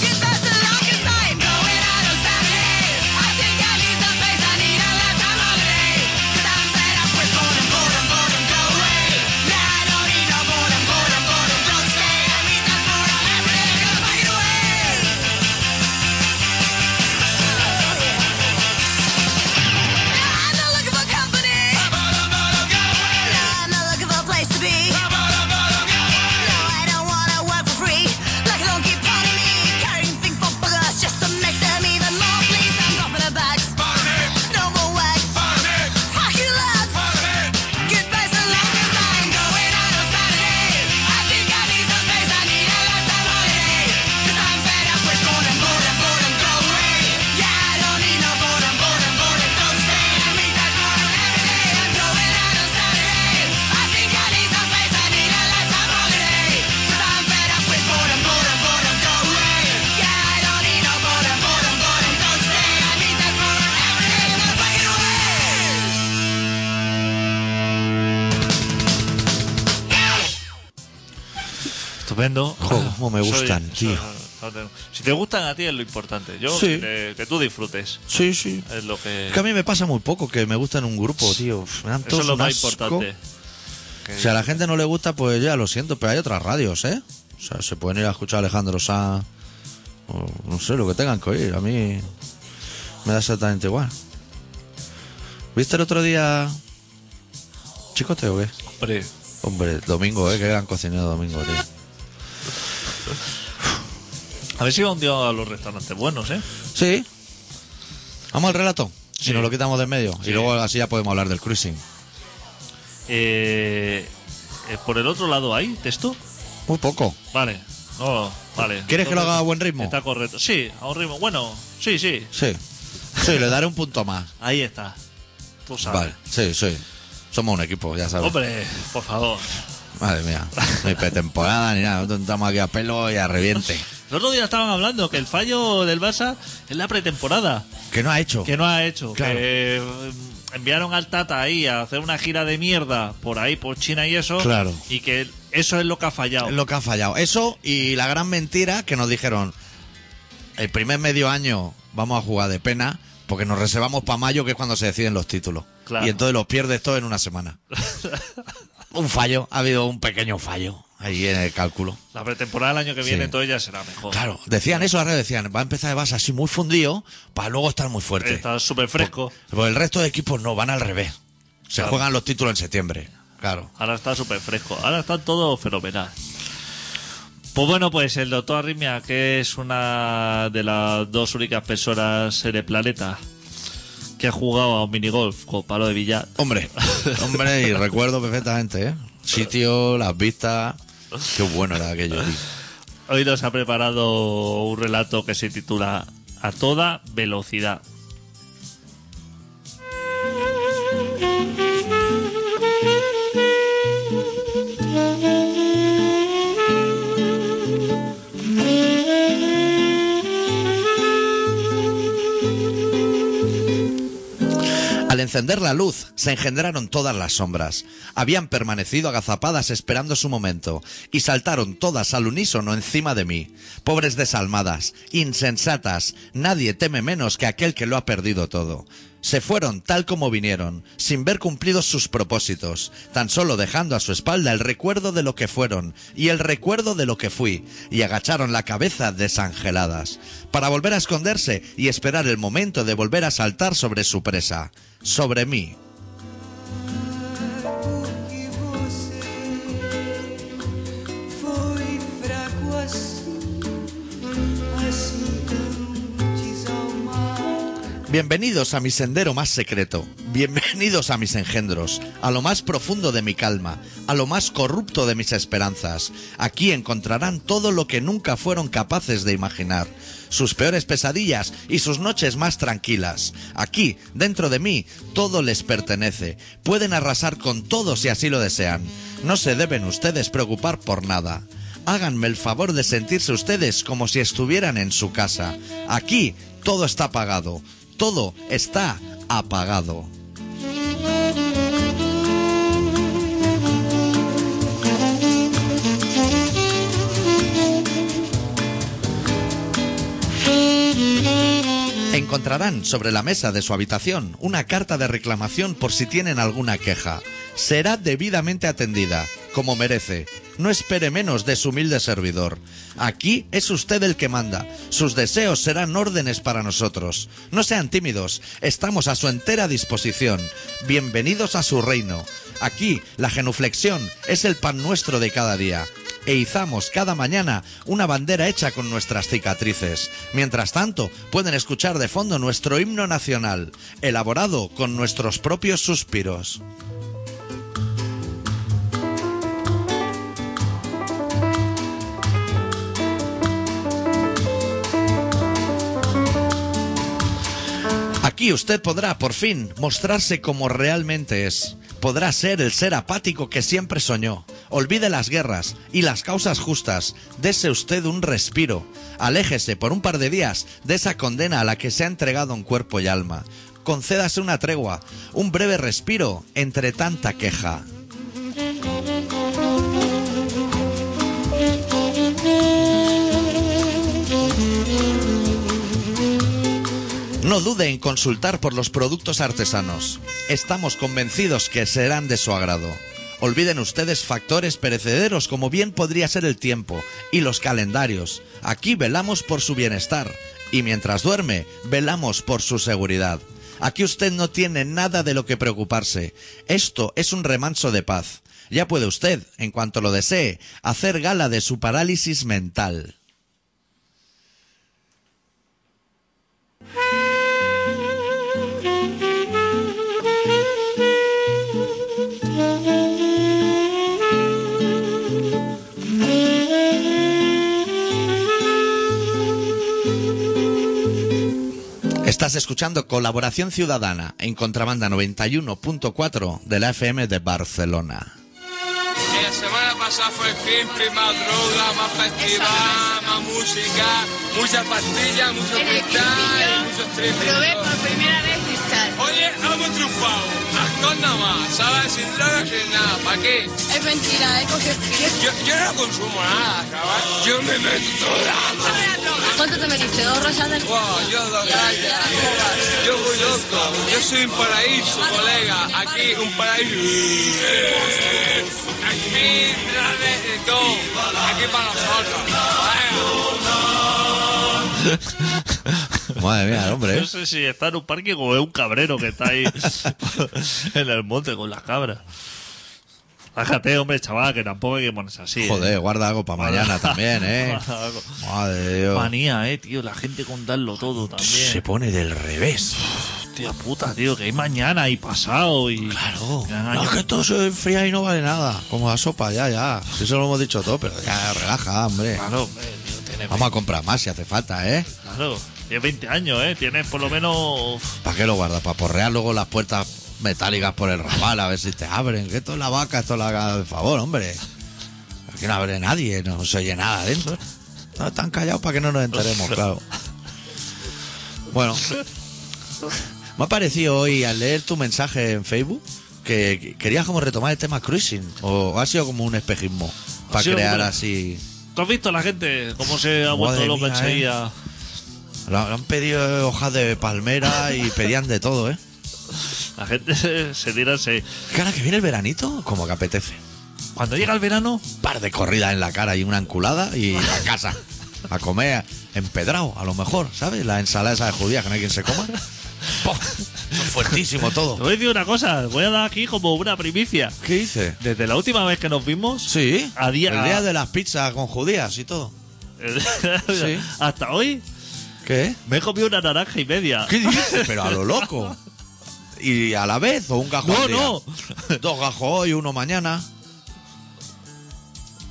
Get back to life 'cause I'm going out on Saturday. I think I need some space. I need a lifetime holiday. 'Cause I'm fed up with boredom, boredom, boredom. Go away. Nah, I don't need no boredom, boredom, boredom. Don't stay. I need that boredom every day. Gotta find a way. I'm not looking for company. No, I'm not looking for a place to be. No, I don't wanna work for free. Like I don't keep parting me, carrying things for buggers just to make them even more. Please, I'm dropping a bag. No more wax. Fuck you, lads. Goodbye, so long as I'm going out on Saturday. I think I need some space. I need a lifetime holiday. 'Cause I'm fed up with boredom, boredom, boredom. Go away. Yeah, I don't need no boredom, boredom, boredom. Don't stay. I need that boredom every day. I'm going out on Saturday. I think I need some space. I need a lifetime holiday. 'Cause I'm fed up with boredom, boredom, boredom. Go away. Yeah, I don't need no boredom, boredom, boredom. Don't stay. I need that boredom every day. I'm gonna find a way. Estupendo. Jo, cómo me Soy- gustan, soy- tío. no tengo- si te gustan a ti es lo importante. Yo, Sí. que, que tú disfrutes. Sí, sí. Es lo que. Es que a mí me pasa muy poco que me gusta en un grupo, tío. Me dan eso todos es lo un más asco. importante. Si a la gente no le gusta, pues ya lo siento, pero hay otras radios, ¿eh? O sea, se pueden ir a escuchar a Alejandro Sanz. O no sé, lo que tengan que oír. A mí me da exactamente igual. ¿Viste el otro día. Chicote o qué? Hombre, Hombre, domingo, ¿eh? Qué gran cocinero domingo, tío. A ver si va un día a los restaurantes buenos, ¿eh? Sí. Vamos al relato. Si Sí. nos lo quitamos de en medio. Sí. Y luego así ya podemos hablar del cruising. Eh, eh, por el otro lado hay texto. Muy poco. Vale. No, vale. ¿Quieres que lo haga a buen ritmo? Está correcto. Sí, a un ritmo. Bueno, sí, sí. Sí. Sí, le daré un punto más. Ahí está. Tú sabes. Vale. Sí, sí. Somos un equipo, ya sabes. Hombre, por favor. Madre mía. No hay pretemporada ni nada. Nosotros entramos aquí a pelo y a reviente. El otro día estaban hablando que el fallo del Barça es la pretemporada, Que no ha hecho. que no ha hecho. Claro. Que eh, enviaron al Tata ahí a hacer una gira de mierda por ahí, por China y eso. Claro. Y que eso es lo que ha fallado. Es lo que ha fallado. Eso y la gran mentira que nos dijeron. El primer medio año vamos a jugar de pena porque nos reservamos para mayo, que es cuando se deciden los títulos. Claro. Y entonces los pierdes todos en una semana. un fallo, ha habido un pequeño fallo ahí en el cálculo. La pretemporada del año que Sí. viene entonces ya será mejor. Claro, decían eso, ahora decían, va a empezar de base así muy fundido para luego estar muy fuerte. Está súper fresco. Pues el resto de equipos no, van al revés. Se Claro. juegan los títulos en septiembre. Claro. Ahora está súper fresco. Ahora está todo fenomenal. Pues bueno, pues el doctor Arritmia, que es una de las dos únicas personas en el planeta que ha jugado a un minigolf con palo de billar. Hombre, hombre, y recuerdo perfectamente, ¿eh? Sitio, las vistas. Qué bueno era aquello. tío. Hoy nos ha preparado un relato que se titula A toda velocidad. Al encender la luz, se engendraron todas las sombras. Habían permanecido agazapadas esperando su momento, y saltaron todas al unísono encima de mí. Pobres desalmadas, insensatas, nadie teme menos que aquel que lo ha perdido todo. Se fueron tal como vinieron, sin ver cumplidos sus propósitos, tan solo dejando a su espalda el recuerdo de lo que fueron y el recuerdo de lo que fui, y agacharon la cabeza desangeladas, para volver a esconderse y esperar el momento de volver a saltar sobre su presa, sobre mí. che você foi fraco assim, assim dantes ao mar. Bienvenidos a mi sendero más secreto, bienvenidos a mis engendros, a lo más profundo de mi calma, a lo más corrupto de mis esperanzas. Aquí encontrarán todo lo que nunca fueron capaces de imaginar, sus peores pesadillas y sus noches más tranquilas. Aquí, dentro de mí, todo les pertenece. Pueden arrasar con todo si así lo desean. No se deben ustedes preocupar por nada. Háganme el favor de sentirse ustedes como si estuvieran en su casa. Aquí todo está apagado. Todo está apagado. Encontrarán sobre la mesa de su habitación una carta de reclamación por si tienen alguna queja. Será debidamente atendida, como merece. No espere menos de su humilde servidor. Aquí es usted el que manda. Sus deseos serán órdenes para nosotros. No sean tímidos, estamos a su entera disposición. Bienvenidos a su reino. Aquí la genuflexión es el pan nuestro de cada día e izamos cada mañana una bandera hecha con nuestras cicatrices. Mientras tanto, pueden escuchar de fondo nuestro himno nacional, elaborado con nuestros propios suspiros. Aquí usted podrá, por fin, mostrarse como realmente es. Podrá ser el ser apático que siempre soñó. Olvide las guerras y las causas justas. Dese usted un respiro. Aléjese por un par de días de esa condena a la que se ha entregado en cuerpo y alma. Concédase una tregua, un breve respiro entre tanta queja. No dude en consultar por los productos artesanos. Estamos convencidos que serán de su agrado. Olviden ustedes factores perecederos como bien podría ser el tiempo y los calendarios. Aquí velamos por su bienestar y mientras duerme, velamos por su seguridad. Aquí usted no tiene nada de lo que preocuparse. Esto es un remanso de paz. Ya puede usted, en cuanto lo desee, hacer gala de su parálisis mental. Estás escuchando Colaboración Ciudadana en Contrabanda 91.4 de la FM de Barcelona. Que La semana pasada fue crimpi, más droga, más festival, más música, mucha pastilla, mucho En el cristal, muchos probé por triples. primera vez cristal. Oye, hemos triunfado. Las nada más, ¿sabes? Sin droga, sin nada. ¿Para qué? Es mentira, ¿eh? he cogido pies. Yo, yo no consumo nada, chaval. Yo me meto toda. ¿Cuánto te metiste? ¿Dos rosas del Wow, yo dos gallas. Yo voy loco. Yo soy un paraíso, colega. Aquí un paraíso. Aquí trae de todo. Aquí para nosotros. Venga. Madre mía, hombre. No sé si está en un parque como es un cabrero que está ahí en el monte con las cabras. Bájate, hombre, chaval, que tampoco hay que ponerse así. ¿eh? Joder, guarda algo para mañana también, ¿eh? Guarda algo. Madre de Dios. Manía, eh, tío, la gente con darlo todo también. Se pone del revés. Hostia puta, tío, que hay mañana y pasado y. pues, Claro. Ya, Oh. No, yo- es que todo se enfría y no vale nada. Como la sopa, ya, ya. Si Eso lo hemos dicho todo, pero ya, relaja, hombre. Claro, hombre, tío, tienes, Vamos a comprar más si hace falta, ¿eh? claro, tienes 20 años, eh. Tienes por lo menos. ¿Para qué lo guardas? Para porrear luego las puertas metálicas por el rabal a ver si te abren. Que esto es la vaca, esto es la haga de favor, hombre. Aquí no abre nadie, no se oye nada adentro. No están callados para que no nos enteremos, claro. Bueno, me ha parecido hoy al leer tu mensaje en Facebook que querías como retomar el tema cruising o ha sido como un espejismo para sido crear como- así. ¿Tú has visto la gente cómo se ha vuelto Madre loca mía, eh. enseguida? Lo lo han pedido eh, hojas de palmera y pedían de todo, ¿eh? La gente se, se tira se- Que ahora que viene el veranito, como que apetece. Cuando llega el verano, par de corridas en la cara y una enculada y a casa. A comer empedrado, a lo mejor, ¿sabes? La ensalada esa de judía que no hay quien se coma. ¡Pum! Fuertísimo te todo. voy a decir una cosa, voy a dar aquí como una primicia. ¿Qué dice? Desde la última vez que nos vimos, Sí. A día- El día de las pizzas con judías y todo. Sí. hasta hoy ¿Qué? me he comido una naranja y media. ¿Qué dice? Pero a lo loco. ¿Y a la vez o un gajo No, al día? no. Dos gajos hoy, uno mañana.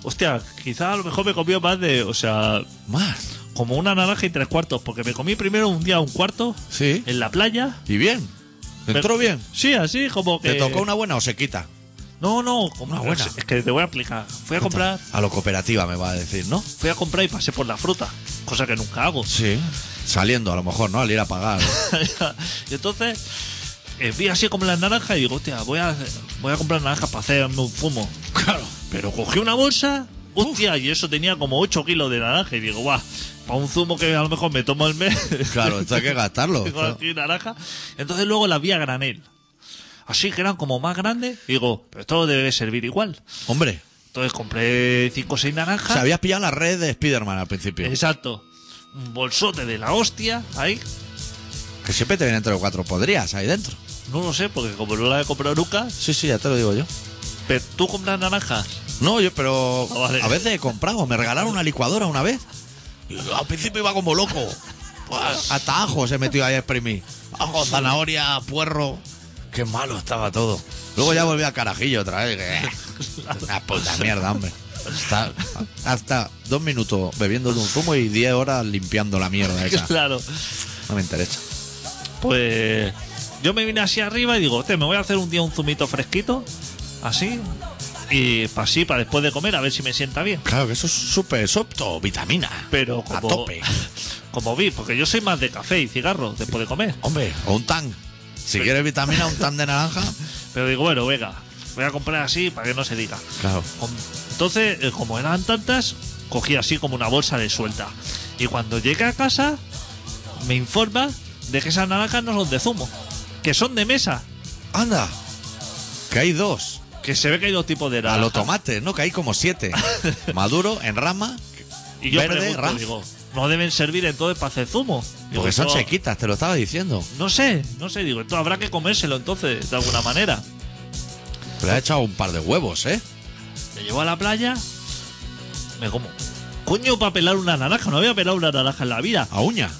Hostia, quizás a lo mejor me comió más de, o sea, Más. como una naranja y tres cuartos, porque me comí primero un día un cuarto Sí. en la playa. ¿Y bien? ¿Entró Pero- bien? Sí, así como que. ¿Te tocó una buena o se quita? No, no, como Una buena. Es que te voy a explicar. Fui a comprar, A lo cooperativa me va a decir, ¿no? fui a comprar y pasé por la fruta, cosa que nunca hago. Sí. Saliendo a lo mejor, ¿no? Al ir a pagar. y entonces eh, vi así como las naranjas y digo, hostia, voy a, voy a comprar naranjas para hacerme un fumo. Claro. Pero cogí una bolsa, hostia, y eso tenía como 8 kilos de naranja. Y digo, guau, para un zumo que a lo mejor me tomo al mes. Claro, esto hay que gastarlo. Tengo aquí naranja. Entonces luego las vi a granel. Así que eran como más grandes. Y digo, pero esto debe servir igual. Hombre, Entonces compré 5 o 6 o naranjas. sea, habías pillado la red de Spiderman al principio. Exacto. Un bolsote de la hostia ahí. Que siempre te vienen tres o cuatro podrías ahí dentro. No lo sé, porque como no la he comprado nunca, Sí, sí, ya te lo digo yo. pero tú compras naranjas. No, yo, pero Ah, vale. a veces he comprado. Me regalaron una licuadora una vez. Y yo, al principio iba como loco. Pues, Hasta ajos he metido ahí a exprimir. Ajo, zanahoria, puerro. Qué malo estaba todo. Luego ya volví a carajillo otra vez. que, Una puta mierda, hombre. Hasta, hasta dos minutos bebiendo de un zumo y diez horas limpiando la mierda esa. Claro. No me interesa. Pues yo me vine así arriba y digo, "Hostia, me voy a hacer un día un zumito fresquito, así, y para así, para después de comer, a ver si me sienta bien. Claro, que eso es súper sopto, vitamina. Pero como, a tope. como vi, porque yo soy más de café y cigarro después de comer. Hombre, o un tan. Si quieres vitamina, un tan de naranja. Pero digo, bueno, venga, voy a comprar así para que no se diga. Claro. Com- Entonces, eh, como eran tantas, cogí así como una bolsa de suelta. Y cuando llegué a casa, me informa de que esas naranjas no son de zumo, que son de mesa. Anda, que hay dos. Que se ve que hay dos tipos de A naranjas. los tomates, ¿no? Que hay como siete. Maduro, en rama. Y yo Verde, pregunto, Ralph. digo, ¿no deben servir entonces para hacer zumo? Digo, Porque son eso- chequitas, te lo estaba diciendo. No sé, no sé, digo, esto habrá que comérselo entonces, de alguna manera. Pero ha echado un par de huevos, ¿eh? Me llevo a la playa. Me como. Coño, para pelar una naranja. No había pelado una naranja en la vida. A uña.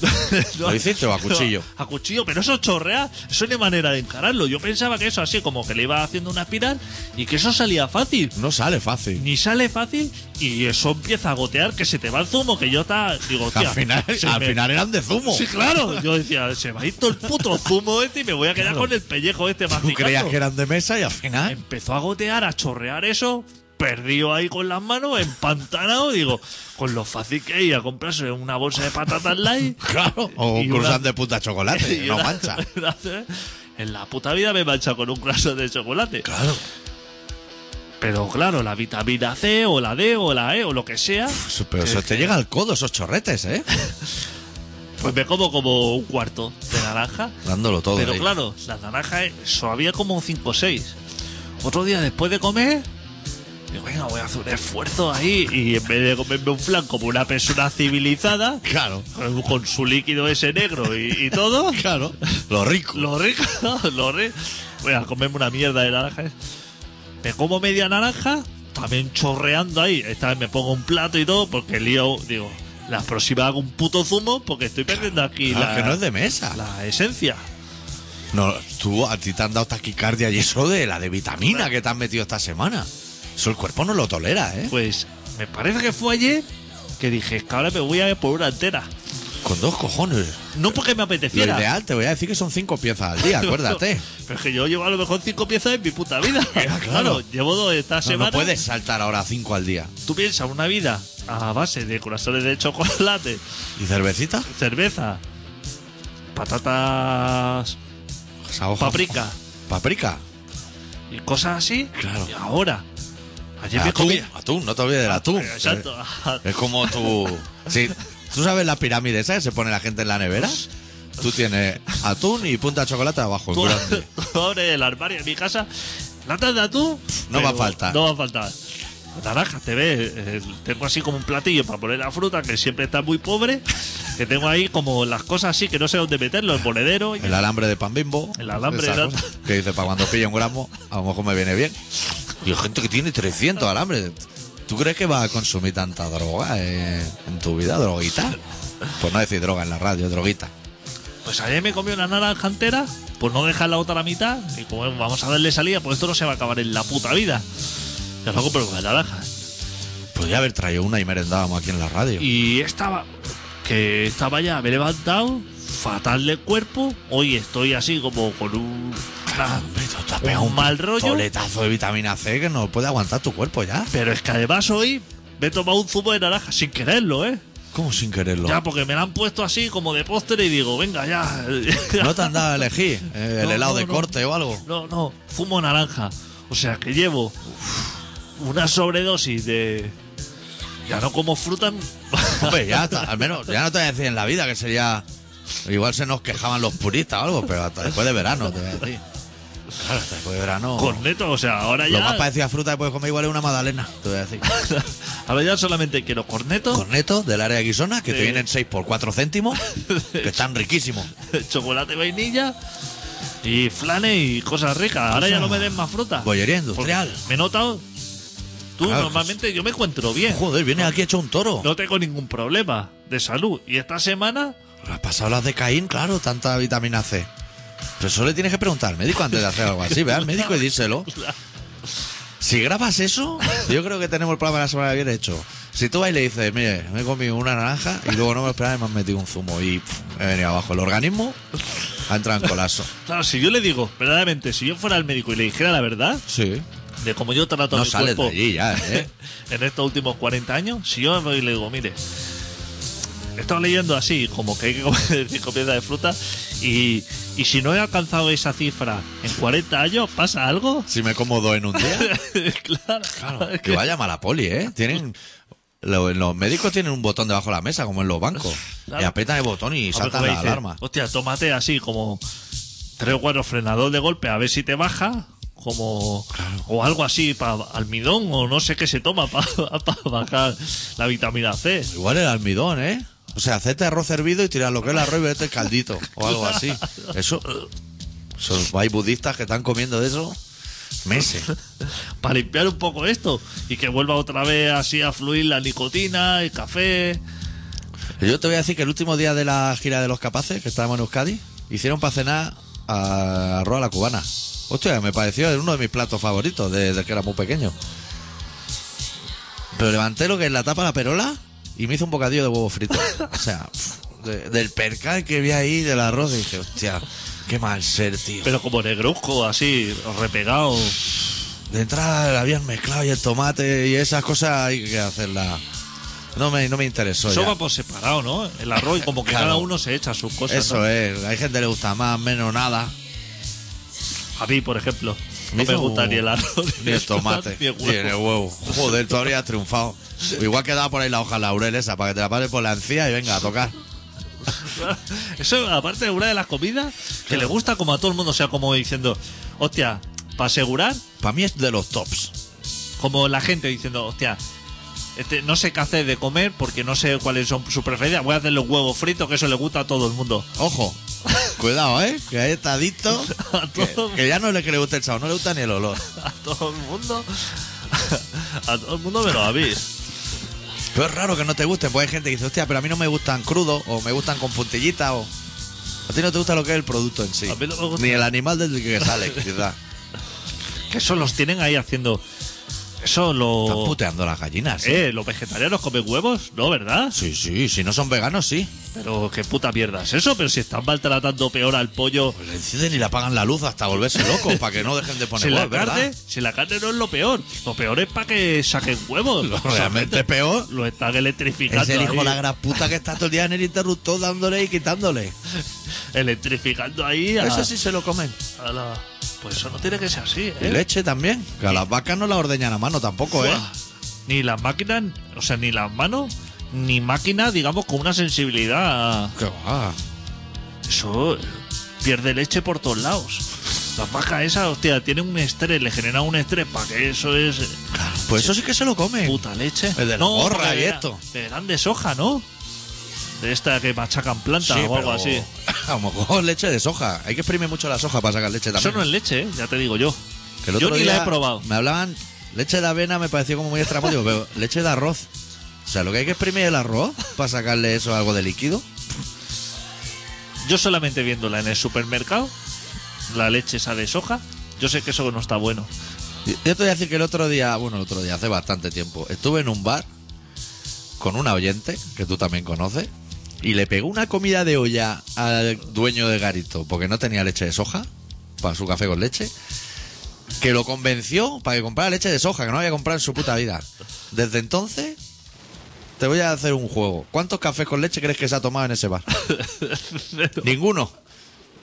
¿Lo hiciste o a cuchillo? A cuchillo, pero eso chorrea. Eso no hay manera de encararlo. Yo pensaba que eso así, como que le iba haciendo una espiral y que eso salía fácil. No sale fácil. Ni sale fácil y eso empieza a gotear, que se te va el zumo, que yo ta... Digo, Al "Hostia, final, se al me- final eran de zumo. Sí, claro. Yo decía, se va a ir todo el puto zumo este y me voy a quedar con el pellejo este Tú masticando. creías que eran de mesa y al final. Empezó a gotear, a chorrear eso, perdido ahí con las manos, empantanado, digo, con lo fácil que iba a comprarse una bolsa de patatas light. Claro. O Y un una- cruzante de puta chocolate. y no una- mancha. En la puta vida me mancha con un vaso de chocolate. Claro. Pero claro, la vitamina C o la D o la E o lo que sea, Pero se te llega al codo esos chorretes, ¿eh? pues me como como un cuarto de naranja. Dándolo todo. Pero ahí. claro, las naranjas, eso había como 5 o 6. Otro día después de comer, digo, venga, voy a hacer un esfuerzo ahí. Y en vez de comerme un flan como una persona civilizada, Claro. con, con su líquido ese negro y, y todo, Claro. Lo rico. lo rico, lo rico. Voy a comerme una mierda de naranjas. Me como media naranja, también chorreando ahí. Esta vez me pongo un plato y todo, porque lío, digo, la próxima hago un puto zumo porque estoy perdiendo aquí Claro, la, que no es de mesa. la esencia. No, tú a ti te han dado taquicardia y eso de la de vitamina que te has metido esta semana. Eso el cuerpo no lo tolera, ¿eh? Pues me parece que fue ayer que dije, es que ahora me voy a ir por una entera. Pues- Con dos cojones. No porque me Lo apeteciera. ideal, te voy a decir que son cinco piezas al día, acuérdate. Pero es que yo llevo a lo mejor cinco piezas en mi puta vida. claro. llevo dos esta No, semana. no puedes saltar ahora cinco al día. Tú piensas una vida a base de corazones de chocolate, ¿Y cervecita? cerveza, patatas Esa Pues hoja- Paprika. Paprika. y cosas así. Claro. Ah, Y ahora, ayer me Atún, comí. atún, no te olvides del atún. Eh, Exacto. Es como tú. Sí. ¿Tú sabes la pirámide esa que se pone la gente en la nevera? Tú tienes atún y punta de chocolate abajo. en Pues- Tú, grande. tú abres el armario en mi casa, latas de atún. No pero va a faltar. No va a faltar. Naranjas, te ves. eh, Tengo así como un platillo para poner la fruta, que siempre está muy pobre. Que tengo ahí como las cosas así que no sé dónde meterlo, el monedero. y- El alambre de pan bimbo. El alambre, Esa exacto. cosa Que dice, para cuando pille un gramo, a lo mejor me viene bien. Y hay gente que tiene 300 alambres. ¿Tú crees que vas a consumir tanta droga eh, en tu vida? ¿Droguita? Pues no decir droga en la radio, droguita. Pues ayer me comí una naranja entera, por no dejar la otra a la mitad. Y como vamos a darle salida, pues esto no se va a acabar en la puta vida. Ya lo compro con naranjas. Podría haber traído una y merendábamos aquí en la radio. Y estaba. Que estaba ya, me he levantado, fatal de cuerpo. Hoy estoy así como con un. Pero te has un pegado un mal rollo. toletazo de vitamina C que no puede aguantar tu cuerpo ya. Pero es que además hoy me he tomado un zumo de naranja sin quererlo, ¿eh? ¿Cómo sin quererlo? Ya, pues, porque me la han puesto así como de póster y digo, venga, ya. ¿No te han dado a elegir eh, el No, helado no, de no. corte o algo? No, no, zumo naranja. O sea que llevo una sobredosis de. Ya no como fruta. Hombre, ya está, al menos, ya no te voy a decir en la vida que sería. Igual se nos quejaban los puristas o algo, pero hasta después de verano, te voy a decir. Claro, hasta después de verano. Corneto, o sea, ahora Lo más ya. parecido a fruta que puedes comer igual es una magdalena, te voy a decir. ahora ya solamente quiero corneto, Cornetos del área de Guisona, que te Sí. vienen 6 por 4 céntimos, que están riquísimos. chocolate vainilla y flanes y cosas ricas. Ahora ya no me den más fruta. Bollería Porque industrial. Me he notado. Tú Claro. normalmente yo me encuentro bien. Joder, vienes aquí hecho un toro. No tengo ningún problema de salud. Y esta semana Has pasado las de Caín, claro, tanta vitamina C. Pero eso le tienes que preguntar al médico antes de hacer algo así. Ve al médico y díselo. Si grabas eso, yo creo que tenemos el programa de la semana que viene hecho. Si tú vas y le dices, mire, me he comido una naranja y luego no me lo esperaba y me han metido un zumo y pff, he venido abajo. El organismo ha entrado en colapso. Claro, si yo le digo, verdaderamente, si yo fuera al médico y le dijera la verdad Sí. de cómo yo trato a No mi sales de cuerpo allí ya, ¿eh? en estos últimos 40 años, si yo voy y le digo, mire, he estado leyendo así, como que hay que comer 5 piezas de fruta, y, y si no he alcanzado esa cifra en 40 años, ¿pasa algo? Si me como dos en un día. claro, Claro, que vaya mala poli, ¿eh? Tienen. lo- los médicos tienen un botón debajo de la mesa, como en los bancos. Claro. Y aprietan el botón y Hombre, saltan como la dice, alarma. Hostia, tómate así como tres o cuatro frenador de golpe a ver si te baja. Como, o algo así para almidón, o no sé qué se toma para bajar la vitamina C. Igual el almidón, ¿eh? O sea, hacerte arroz hervido y tirar lo que es el arroz y beberte el caldito o algo así. Eso. eso- hay budistas que están comiendo de eso. Meses. para limpiar un poco esto y que vuelva otra vez así a fluir la nicotina, el café. Yo te voy a decir que el último día de la gira de los capaces, que estábamos en Euskadi, hicieron para cenar a arroz a la cubana. Hostia, me pareció era uno de mis platos favoritos desde que era muy pequeño. Pero levanté lo que es la tapa de la perola y me hizo un bocadillo de huevo frito. O sea, de- del percal que vi ahí del arroz, dije, hostia, qué mal ser, tío. Pero como negruzco, así, repegado. Pues De entrada la habían mezclado y el tomate y esas cosas hay que hacerlas. No me, no me interesó. Eso ya. va por separado, ¿no? El arroz, y como que Claro. cada uno se echa sus cosas. Eso ¿no? es, hay gente que le gusta más, menos nada. A mí, por ejemplo, Me no me hizo gusta un- ni el arroz, Ni el tomate, ni el huevo. ni el huevo. Joder, tú habrías triunfado. Igual quedaba por ahí la hoja laurel esa, para que te la pases por la encía y venga a tocar. Eso, aparte de una de las comidas que le gusta como a todo el mundo, o sea, como diciendo, hostia, para asegurar, Para mí es de los tops. como la gente diciendo, hostia, este, no sé qué hacer de comer porque no sé cuáles son sus preferencias, voy a hacer los huevos fritos, que eso le gusta a todo el mundo. Ojo, cuidado, ¿eh? Que ahí está adicto. A todo, Que, que ya no le, que le gusta el sabor, no le gusta ni el olor. a todo el mundo. A todo el mundo menos a mí. Pero es raro que no te gusten, porque hay gente que dice, hostia, pero a mí no me gustan crudos, o me gustan con puntillita, o. A ti no te gusta lo que es el producto en sí. A mí no me gusta. Ni el animal del que sale, quizás. Que eso los tienen ahí haciendo. Eso Están lo. puteando las gallinas. ¿eh? Eh, los vegetarianos comen huevos, ¿no? ¿Verdad? Sí, sí, si no son veganos, sí. Pero qué puta mierda es eso, pero si están maltratando peor al pollo. Pues Le inciden y le apagan la luz hasta volverse locos para que no dejen de poner Si la, huevos, ¿verdad? carne, si la carne no es lo peor, lo peor es para que saquen huevos. Lo O sea, realmente peor lo están electrificando. es el hijo ahí. de la gran puta que está todo el día en el interruptor dándole y quitándole. Electrificando ahí a, Eso sí se lo comen. a la- Pues eso no tiene que ser así, Y ¿eh? leche también. Que a las vacas no la ordeñan a mano tampoco, ¿eh? Buah. Ni las máquinas, o sea, ni las manos, ni máquinas, digamos, con una sensibilidad. Que va. Eso eh, pierde leche por todos lados. Las vacas esas, hostia, tienen un estrés, le generan un estrés para que eso es eh, Pues eso sí que se lo comen. puta leche. El de la gorra porque y de- esto. De grande soja, ¿no? De esta que machacan Sí, planta o algo pero así. A lo mejor leche de soja. Hay que exprimir mucho la soja para sacar leche también. Eso no es leche, ¿eh? ya te digo yo. Que el Yo otro ni la día he probado. Me hablaban leche de avena, me pareció como muy extraño, pero leche de arroz. O sea, lo que hay que exprimir es el arroz para sacarle eso algo de líquido. Yo solamente viéndola en el supermercado, la leche esa de soja, yo sé que eso no está bueno. Yo te voy a decir que el otro día, bueno, el otro día, hace bastante tiempo, estuve en un bar con una oyente que tú también conoces y le pegó una comida de olla al dueño de Garito porque no tenía leche de soja para su café con leche que lo convenció para que comprara leche de soja que no había comprado en su puta vida. Desde entonces te voy a hacer un juego. ¿Cuántos cafés con leche crees que se ha tomado en ese bar? Ninguno.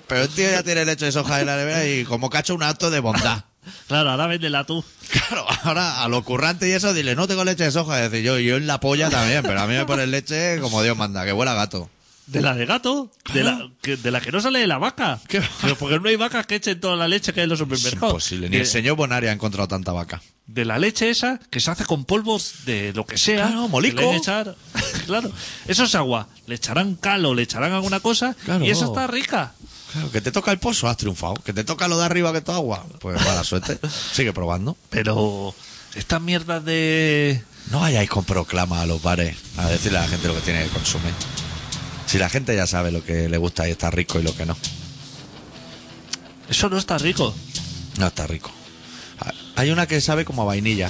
Pero el tío ya tiene leche de soja en la nevera y como cacho un acto de bondad. Claro, ahora véndela tú. Claro, ahora a lo currante y eso, dile, no tengo leche de soja. Es decir, yo, yo en la polla también, pero a mí me ponen leche como Dios manda, que huela a gato. De la de gato, de la, que, de la que no sale de la vaca. ¿Qué? Pero porque no hay vacas que echen toda la leche que hay en los Es supermercados. imposible. Ni De- el señor Bonaria ha encontrado tanta vaca. de la leche esa que se hace con polvos de lo que sea. Claro, molico. Que le echar- claro, eso es agua. Le echarán cal o le echarán alguna cosa Claro. y eso está rica. Claro, que te toca el pozo, has triunfado. Que te toca lo de arriba, que todo agua. Pues mala suerte. Sigue probando. Pero estas mierdas de... No vayáis con proclama a los bares a decirle a la gente lo que tiene que consumir. Si la gente ya sabe lo que le gusta y está rico y lo que no. Eso no está rico. No está rico. Ah, Hay una que sabe como a vainilla.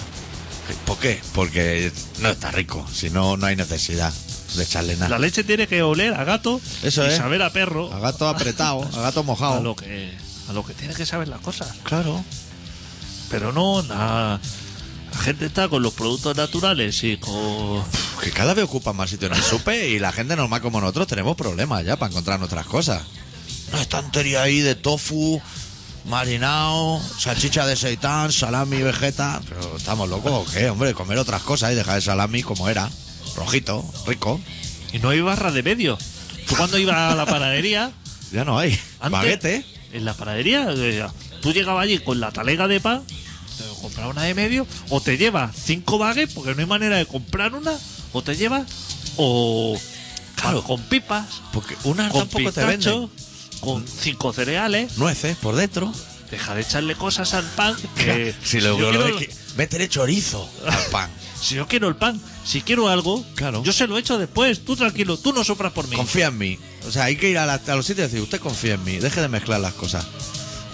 ¿Por qué? Porque no está rico. Si no, no hay necesidad de echarle nada. La leche tiene que oler a gato Ah. Eso y es. saber a perro. A gato apretado, a gato A mojado. lo que a lo que tiene que saber las cosas. Claro. Pero no, la, la gente está con los productos naturales y con... Que cada vez ocupan más sitio en el supe y la gente normal como nosotros tenemos problemas ya para encontrar nuestras cosas. Una estantería ahí de tofu, marinado, salchicha de seitán, salami, vegeta. Pero estamos locos, ¿o ¿qué? Hombre, comer otras cosas y dejar el salami como era. Rojito, rico. Y no hay barra de medio. Tú cuando ibas a la panadería... Ya no hay. Antes, Baguete. En la panadería, eh, tú llegabas allí con la talega de pan, te comprabas una de medio, o te llevas cinco baguettes, porque no hay manera de comprar una, o te llevas, o. Claro, con pipas, Porque unas con tampoco te pistacho, venden. con cinco cereales, Nueces por dentro. Deja de echarle cosas al pan. Que si lo, yo lo- quiero- que- métele chorizo al pan. si yo quiero el pan, si quiero algo, Claro. yo se lo echo después. Tú tranquilo, tú no sopras por mí. Confía en mí. O sea, hay que ir a, la- a los sitios y decir, usted confía en mí, deje de mezclar las cosas.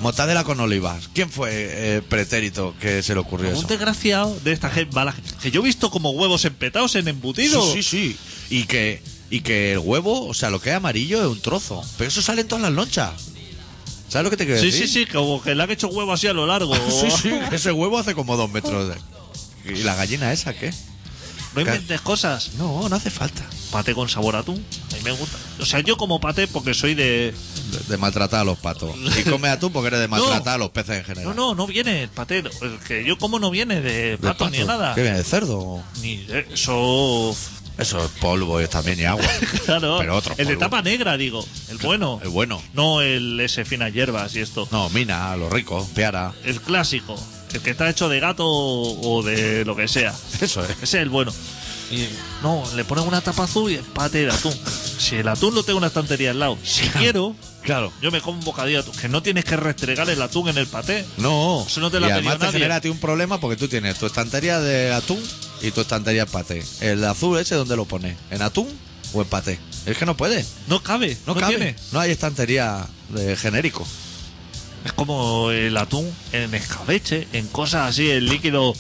Mortadela con olivas. ¿Quién fue eh, pretérito que se le ocurrió un eso? desgraciado de esta gente mala gente. Que yo he visto como huevos empetados en Sí, embutidos. sí, sí. Y que, y que el huevo, o sea, lo que es amarillo es un trozo. Pero eso sale en todas las lonchas. ¿Sabes lo que te quiero Sí, decir? sí, sí, Oh. como que le han hecho huevo así a lo largo. Sí, sí, Ese huevo hace como dos metros. de- ¿Y la gallina esa qué? No inventes cosas. No, no hace falta. Paté con sabor a atún. A mí me gusta. O sea, yo como paté porque soy de. De, de maltratar a los patos. Y come atún porque eres de maltratar a los peces en No, general. no, no viene el paté. El que yo como no viene de De pato ni de pato. nada. ¿Qué viene? ¿De cerdo? Ni de eso. Eso es polvo y también y agua. Claro. Pero otro el de polvo. tapa negra, digo. El bueno. El bueno. No el ese finas hierbas y esto. No, mina, los ricos, piara. El clásico. El que está hecho de gato o o de lo que sea. Eso es. Ese es el bueno. Y no, le ponen una tapa azul y empate de atún. Si el atún lo tengo en una estantería al lado, si quiero, Claro. yo me como un bocadillo de atún. Que no tienes que restregar el atún en el paté. No. Eso no te lo y ha además pedido te nadie. genera a ti un problema porque tú tienes tu estantería de atún y tu estantería de paté. El azul ese, ¿dónde lo pones? ¿En atún o en paté? Es que no puede. No cabe, no, No, cabe. tiene. No hay estantería de genérico. Es como el atún en escabeche, en cosas así, el líquido.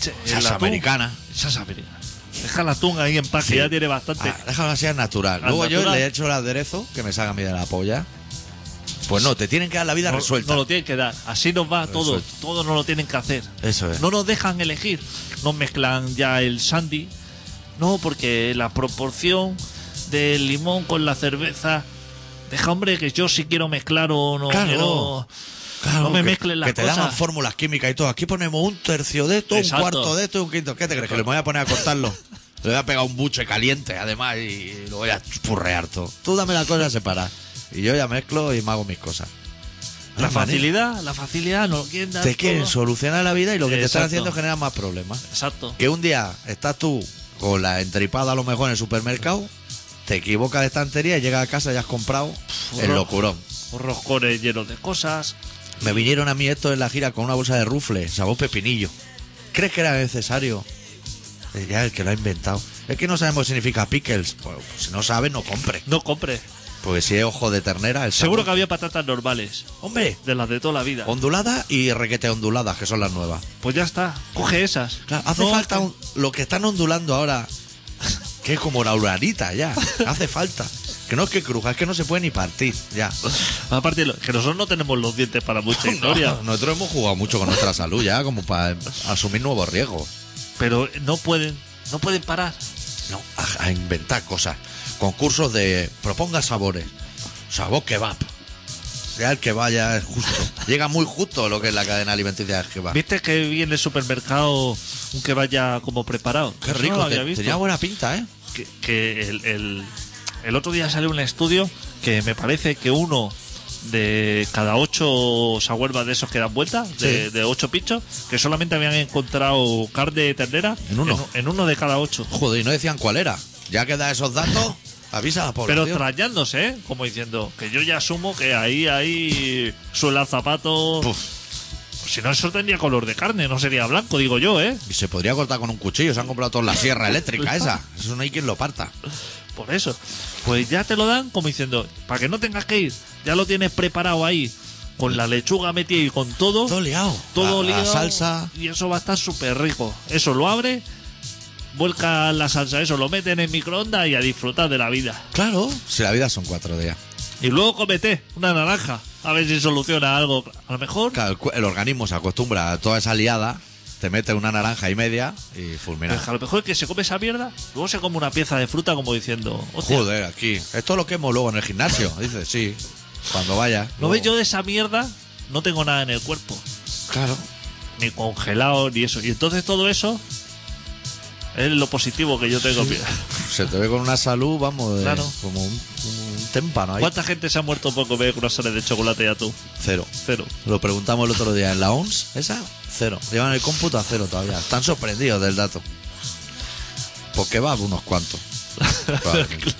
Che, el Salsa atún- americana. Salsa americana. Deja el atún ahí en paz, que Sí. ya tiene bastante. Ah, déjalo así al natural. Al Luego yo natural. le he hecho el aderezo que me salga a mí de la polla. Pues no, te tienen que dar la vida no, resuelta. no lo tienen que dar. Así nos va todo. Resuelto. Todo no lo tienen que hacer. Eso es. No nos dejan elegir. Nos mezclan ya el sandy. No, porque la proporción del limón con la cerveza. Deja, hombre, que yo si quiero mezclar o no Claro. quiero. Claro, no me que- mezclen las Que te cosas. daban fórmulas químicas y todo. Aquí ponemos un tercio de esto, Exacto. un cuarto de esto y un quinto. ¿Qué te crees? Que le voy a poner a cortarlo. Le voy a pegar un buche caliente, además, y lo voy a churrear todo. Tú dame la cosa separada. Y yo ya mezclo y me hago mis cosas. la Ay, facilidad, la facilidad, no lo quieren dar. mané, Te quieren todo. solucionar la vida y lo que te están Exacto. haciendo genera más problemas. Exacto. Que un día estás tú con la entripada a lo mejor en el supermercado, te equivocas de estantería y llegas a casa y has comprado el horror. locurón. Roscones llenos de cosas. Me vinieron a mí esto en la gira con una bolsa de rufle, sabor pepinillo. ¿Crees que era necesario? Eh, Ya, el que lo ha inventado. Es que no sabemos qué significa pickles. Pues, pues, si no sabes, no compre. No compre. Porque si es ojo de ternera, el Seguro que sabor- había patatas normales. Hombre, De las de toda la vida. onduladas y requete onduladas, que son las nuevas. Pues ya está. Coge esas. Claro, hace No, falta un- lo que están ondulando ahora, que es como la urarita ya. Hace falta. Que no es que cruja, es que no se puede ni partir ya. Aparte, lo- que nosotros no tenemos los dientes para mucha historia. Nosotros hemos jugado mucho con nuestra salud ya, como para asumir nuevos riesgos. Pero no pueden, no pueden parar. No, a, a inventar cosas. Concursos de proponga sabores. Sabor kebab. Ya el que vaya es justo. Llega muy justo lo que es la cadena alimenticia del kebab. ¿Viste que vi en el supermercado un que vaya como preparado? Qué Eso rico, no lo te- había visto. Pues tenía buena pinta, ¿eh? Que, que el, el- el otro día salió un estudio que me parece que uno de cada ocho sahuelvas de esos que dan vueltas, de, Sí. de ocho pichos, que solamente habían encontrado carne de ternera En uno. En, uno de cada ocho. Joder, y no decían cuál era. Ya que da esos datos, avisa a la población. Pero trayándose, ¿eh? Como diciendo, que yo ya asumo que ahí, ahí suela zapato. Puf. Si no, eso tendría color de carne, no sería blanco, digo yo, ¿eh? Y se podría cortar con un cuchillo. Se han comprado toda la sierra eléctrica esa. Eso no hay quien lo parta. Por eso. Pues ya te lo dan como diciendo, para que no tengas que ir, ya lo tienes preparado ahí, con la lechuga metida y con todo. Todo liado. todo La- la liado, salsa. Y eso va a estar súper rico. Eso lo abre, vuelca la salsa, eso lo meten en el microondas y a disfrutar de la vida. Claro. Si la vida son cuatro días. Y luego comete una naranja, a ver si soluciona algo. A lo mejor. Claro, el, cu- el organismo se acostumbra a toda esa liada. Te mete una naranja y media y fulmina. pues a lo mejor el que se come esa mierda, luego se come una pieza de fruta como diciendo, hostia, Joder, aquí. Esto lo quemo luego en el gimnasio. Dice, sí. Cuando vaya. ¿no ves yo Luego. de esa mierda? No tengo nada en el cuerpo. Claro. ni congelado, ni eso. Y entonces todo eso es lo positivo que yo tengo. Mira, Se te ve con una salud, vamos, de- Claro. como un, un témpano ahí. ¿Cuánta gente se ha muerto por comer croissants de chocolate y atún? Cero. Cero. Lo preguntamos el otro día en la OMS, esa, cero. Llevan el cómputo a cero todavía. Están sorprendidos del dato. Porque va unos cuantos. Probablemente.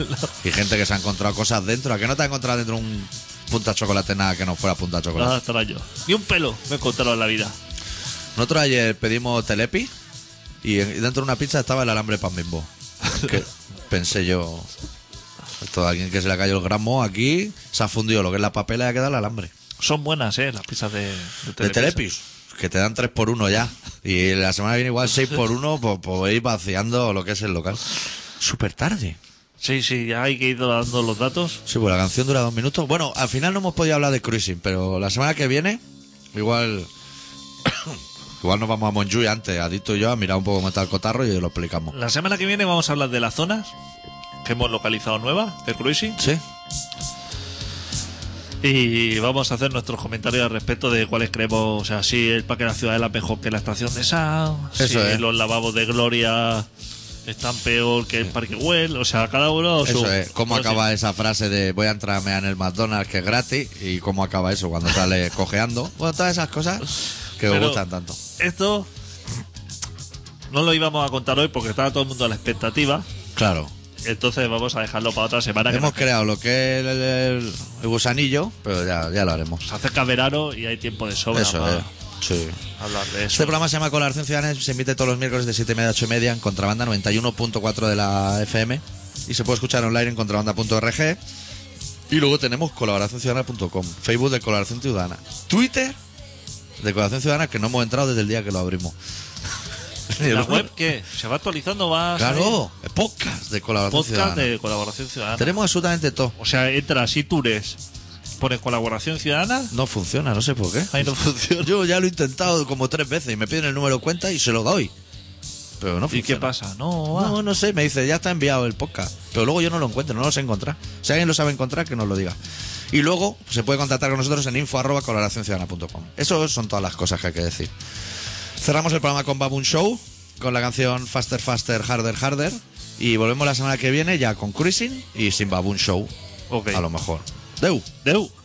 Y gente que se ha encontrado cosas dentro. ¿A que no te ha encontrado dentro un punta chocolate nada que no fuera punta chocolate. Nada extraño. Ni un pelo me he encontrado en la vida. Nosotros ayer pedimos telepi y en- y dentro de una pizza estaba el alambre pan bimbo. Que pensé yo, esto a alguien que se le ha caído el gramo aquí, se ha fundido lo que es la papela y ha quedado el alambre. Son buenas, ¿eh? Las pizzas de, de De Telepizza. telepis, que te dan 3 por 1 ya. Y la semana que viene igual 6 por 1 pues podéis vaciando lo que es el local. Súper tarde. Sí, sí, ya hay que ir dando los datos. Sí, pues la canción dura dos minutos. Bueno, al final no hemos podido hablar de cruising, pero la semana que viene, igual. igual nos vamos a Monjuy antes, Adicto y yo, a mirar un poco cómo está el cotarro y lo explicamos. La semana que viene vamos a hablar de las zonas que hemos localizado nuevas de cruising ¿Sí? y vamos a hacer nuestros comentarios al respecto de cuáles creemos, o sea, si el parque de la ciudadela es mejor que la estación de Sao, si Eso es. los lavabos de Gloria están peor que el Parque Well, o sea, cada uno su- Eso es. ¿Cómo no sé. acaba esa frase de voy a entrarme en el McDonald's que es gratis? ¿Y cómo acaba eso cuando sale cojeando? Bueno, todas esas cosas que os Pero gustan tanto. Esto no lo íbamos a contar hoy porque estaba todo el mundo a la expectativa. Claro. Entonces vamos a dejarlo para otra semana. Que Hemos nos- creado lo que es el, el- el gusanillo, pero ya, ya lo haremos. se acerca verano y hay tiempo de sobra Eso para es. Sí. hablar de Este eso. programa se llama Colaboración Ciudadana, se emite todos los miércoles de 7 y media a 8 y media en Contrabanda 91.4 de la FM y se puede escuchar online en contrabanda.org y luego tenemos colaboracionciudadana.com, Facebook de Colaboración Ciudadana, Twitter de Colaboración Ciudadana que no hemos entrado desde el día que lo abrimos. la web que se va actualizando, va a salir Claro, podcast de Colaboración podcast Ciudadana. de colaboración ciudadana. Tenemos absolutamente todo. O sea, entras y tures, pones colaboración ciudadana, No funciona, no sé por qué. ahí no funciona. Yo ya lo he intentado como tres veces y me piden el número de cuenta y se lo doy. Pero no ¿Y funciona. qué pasa? Ah. No, va. No, no sé, me dice, ya está enviado el podcast. Pero luego yo no lo encuentro, no lo sé encontrar. Si alguien lo sabe encontrar, que nos lo diga. Y luego se puede contactar con nosotros en info arroba coloracionciudadana.com. Eso son todas las cosas que hay que decir. Cerramos el programa con Baboon Show, con la canción Faster, Faster, Harder, Harder. Y volvemos la semana que viene ya con Cruising y sin Baboon Show. Ok. A lo mejor. Deu. Deu.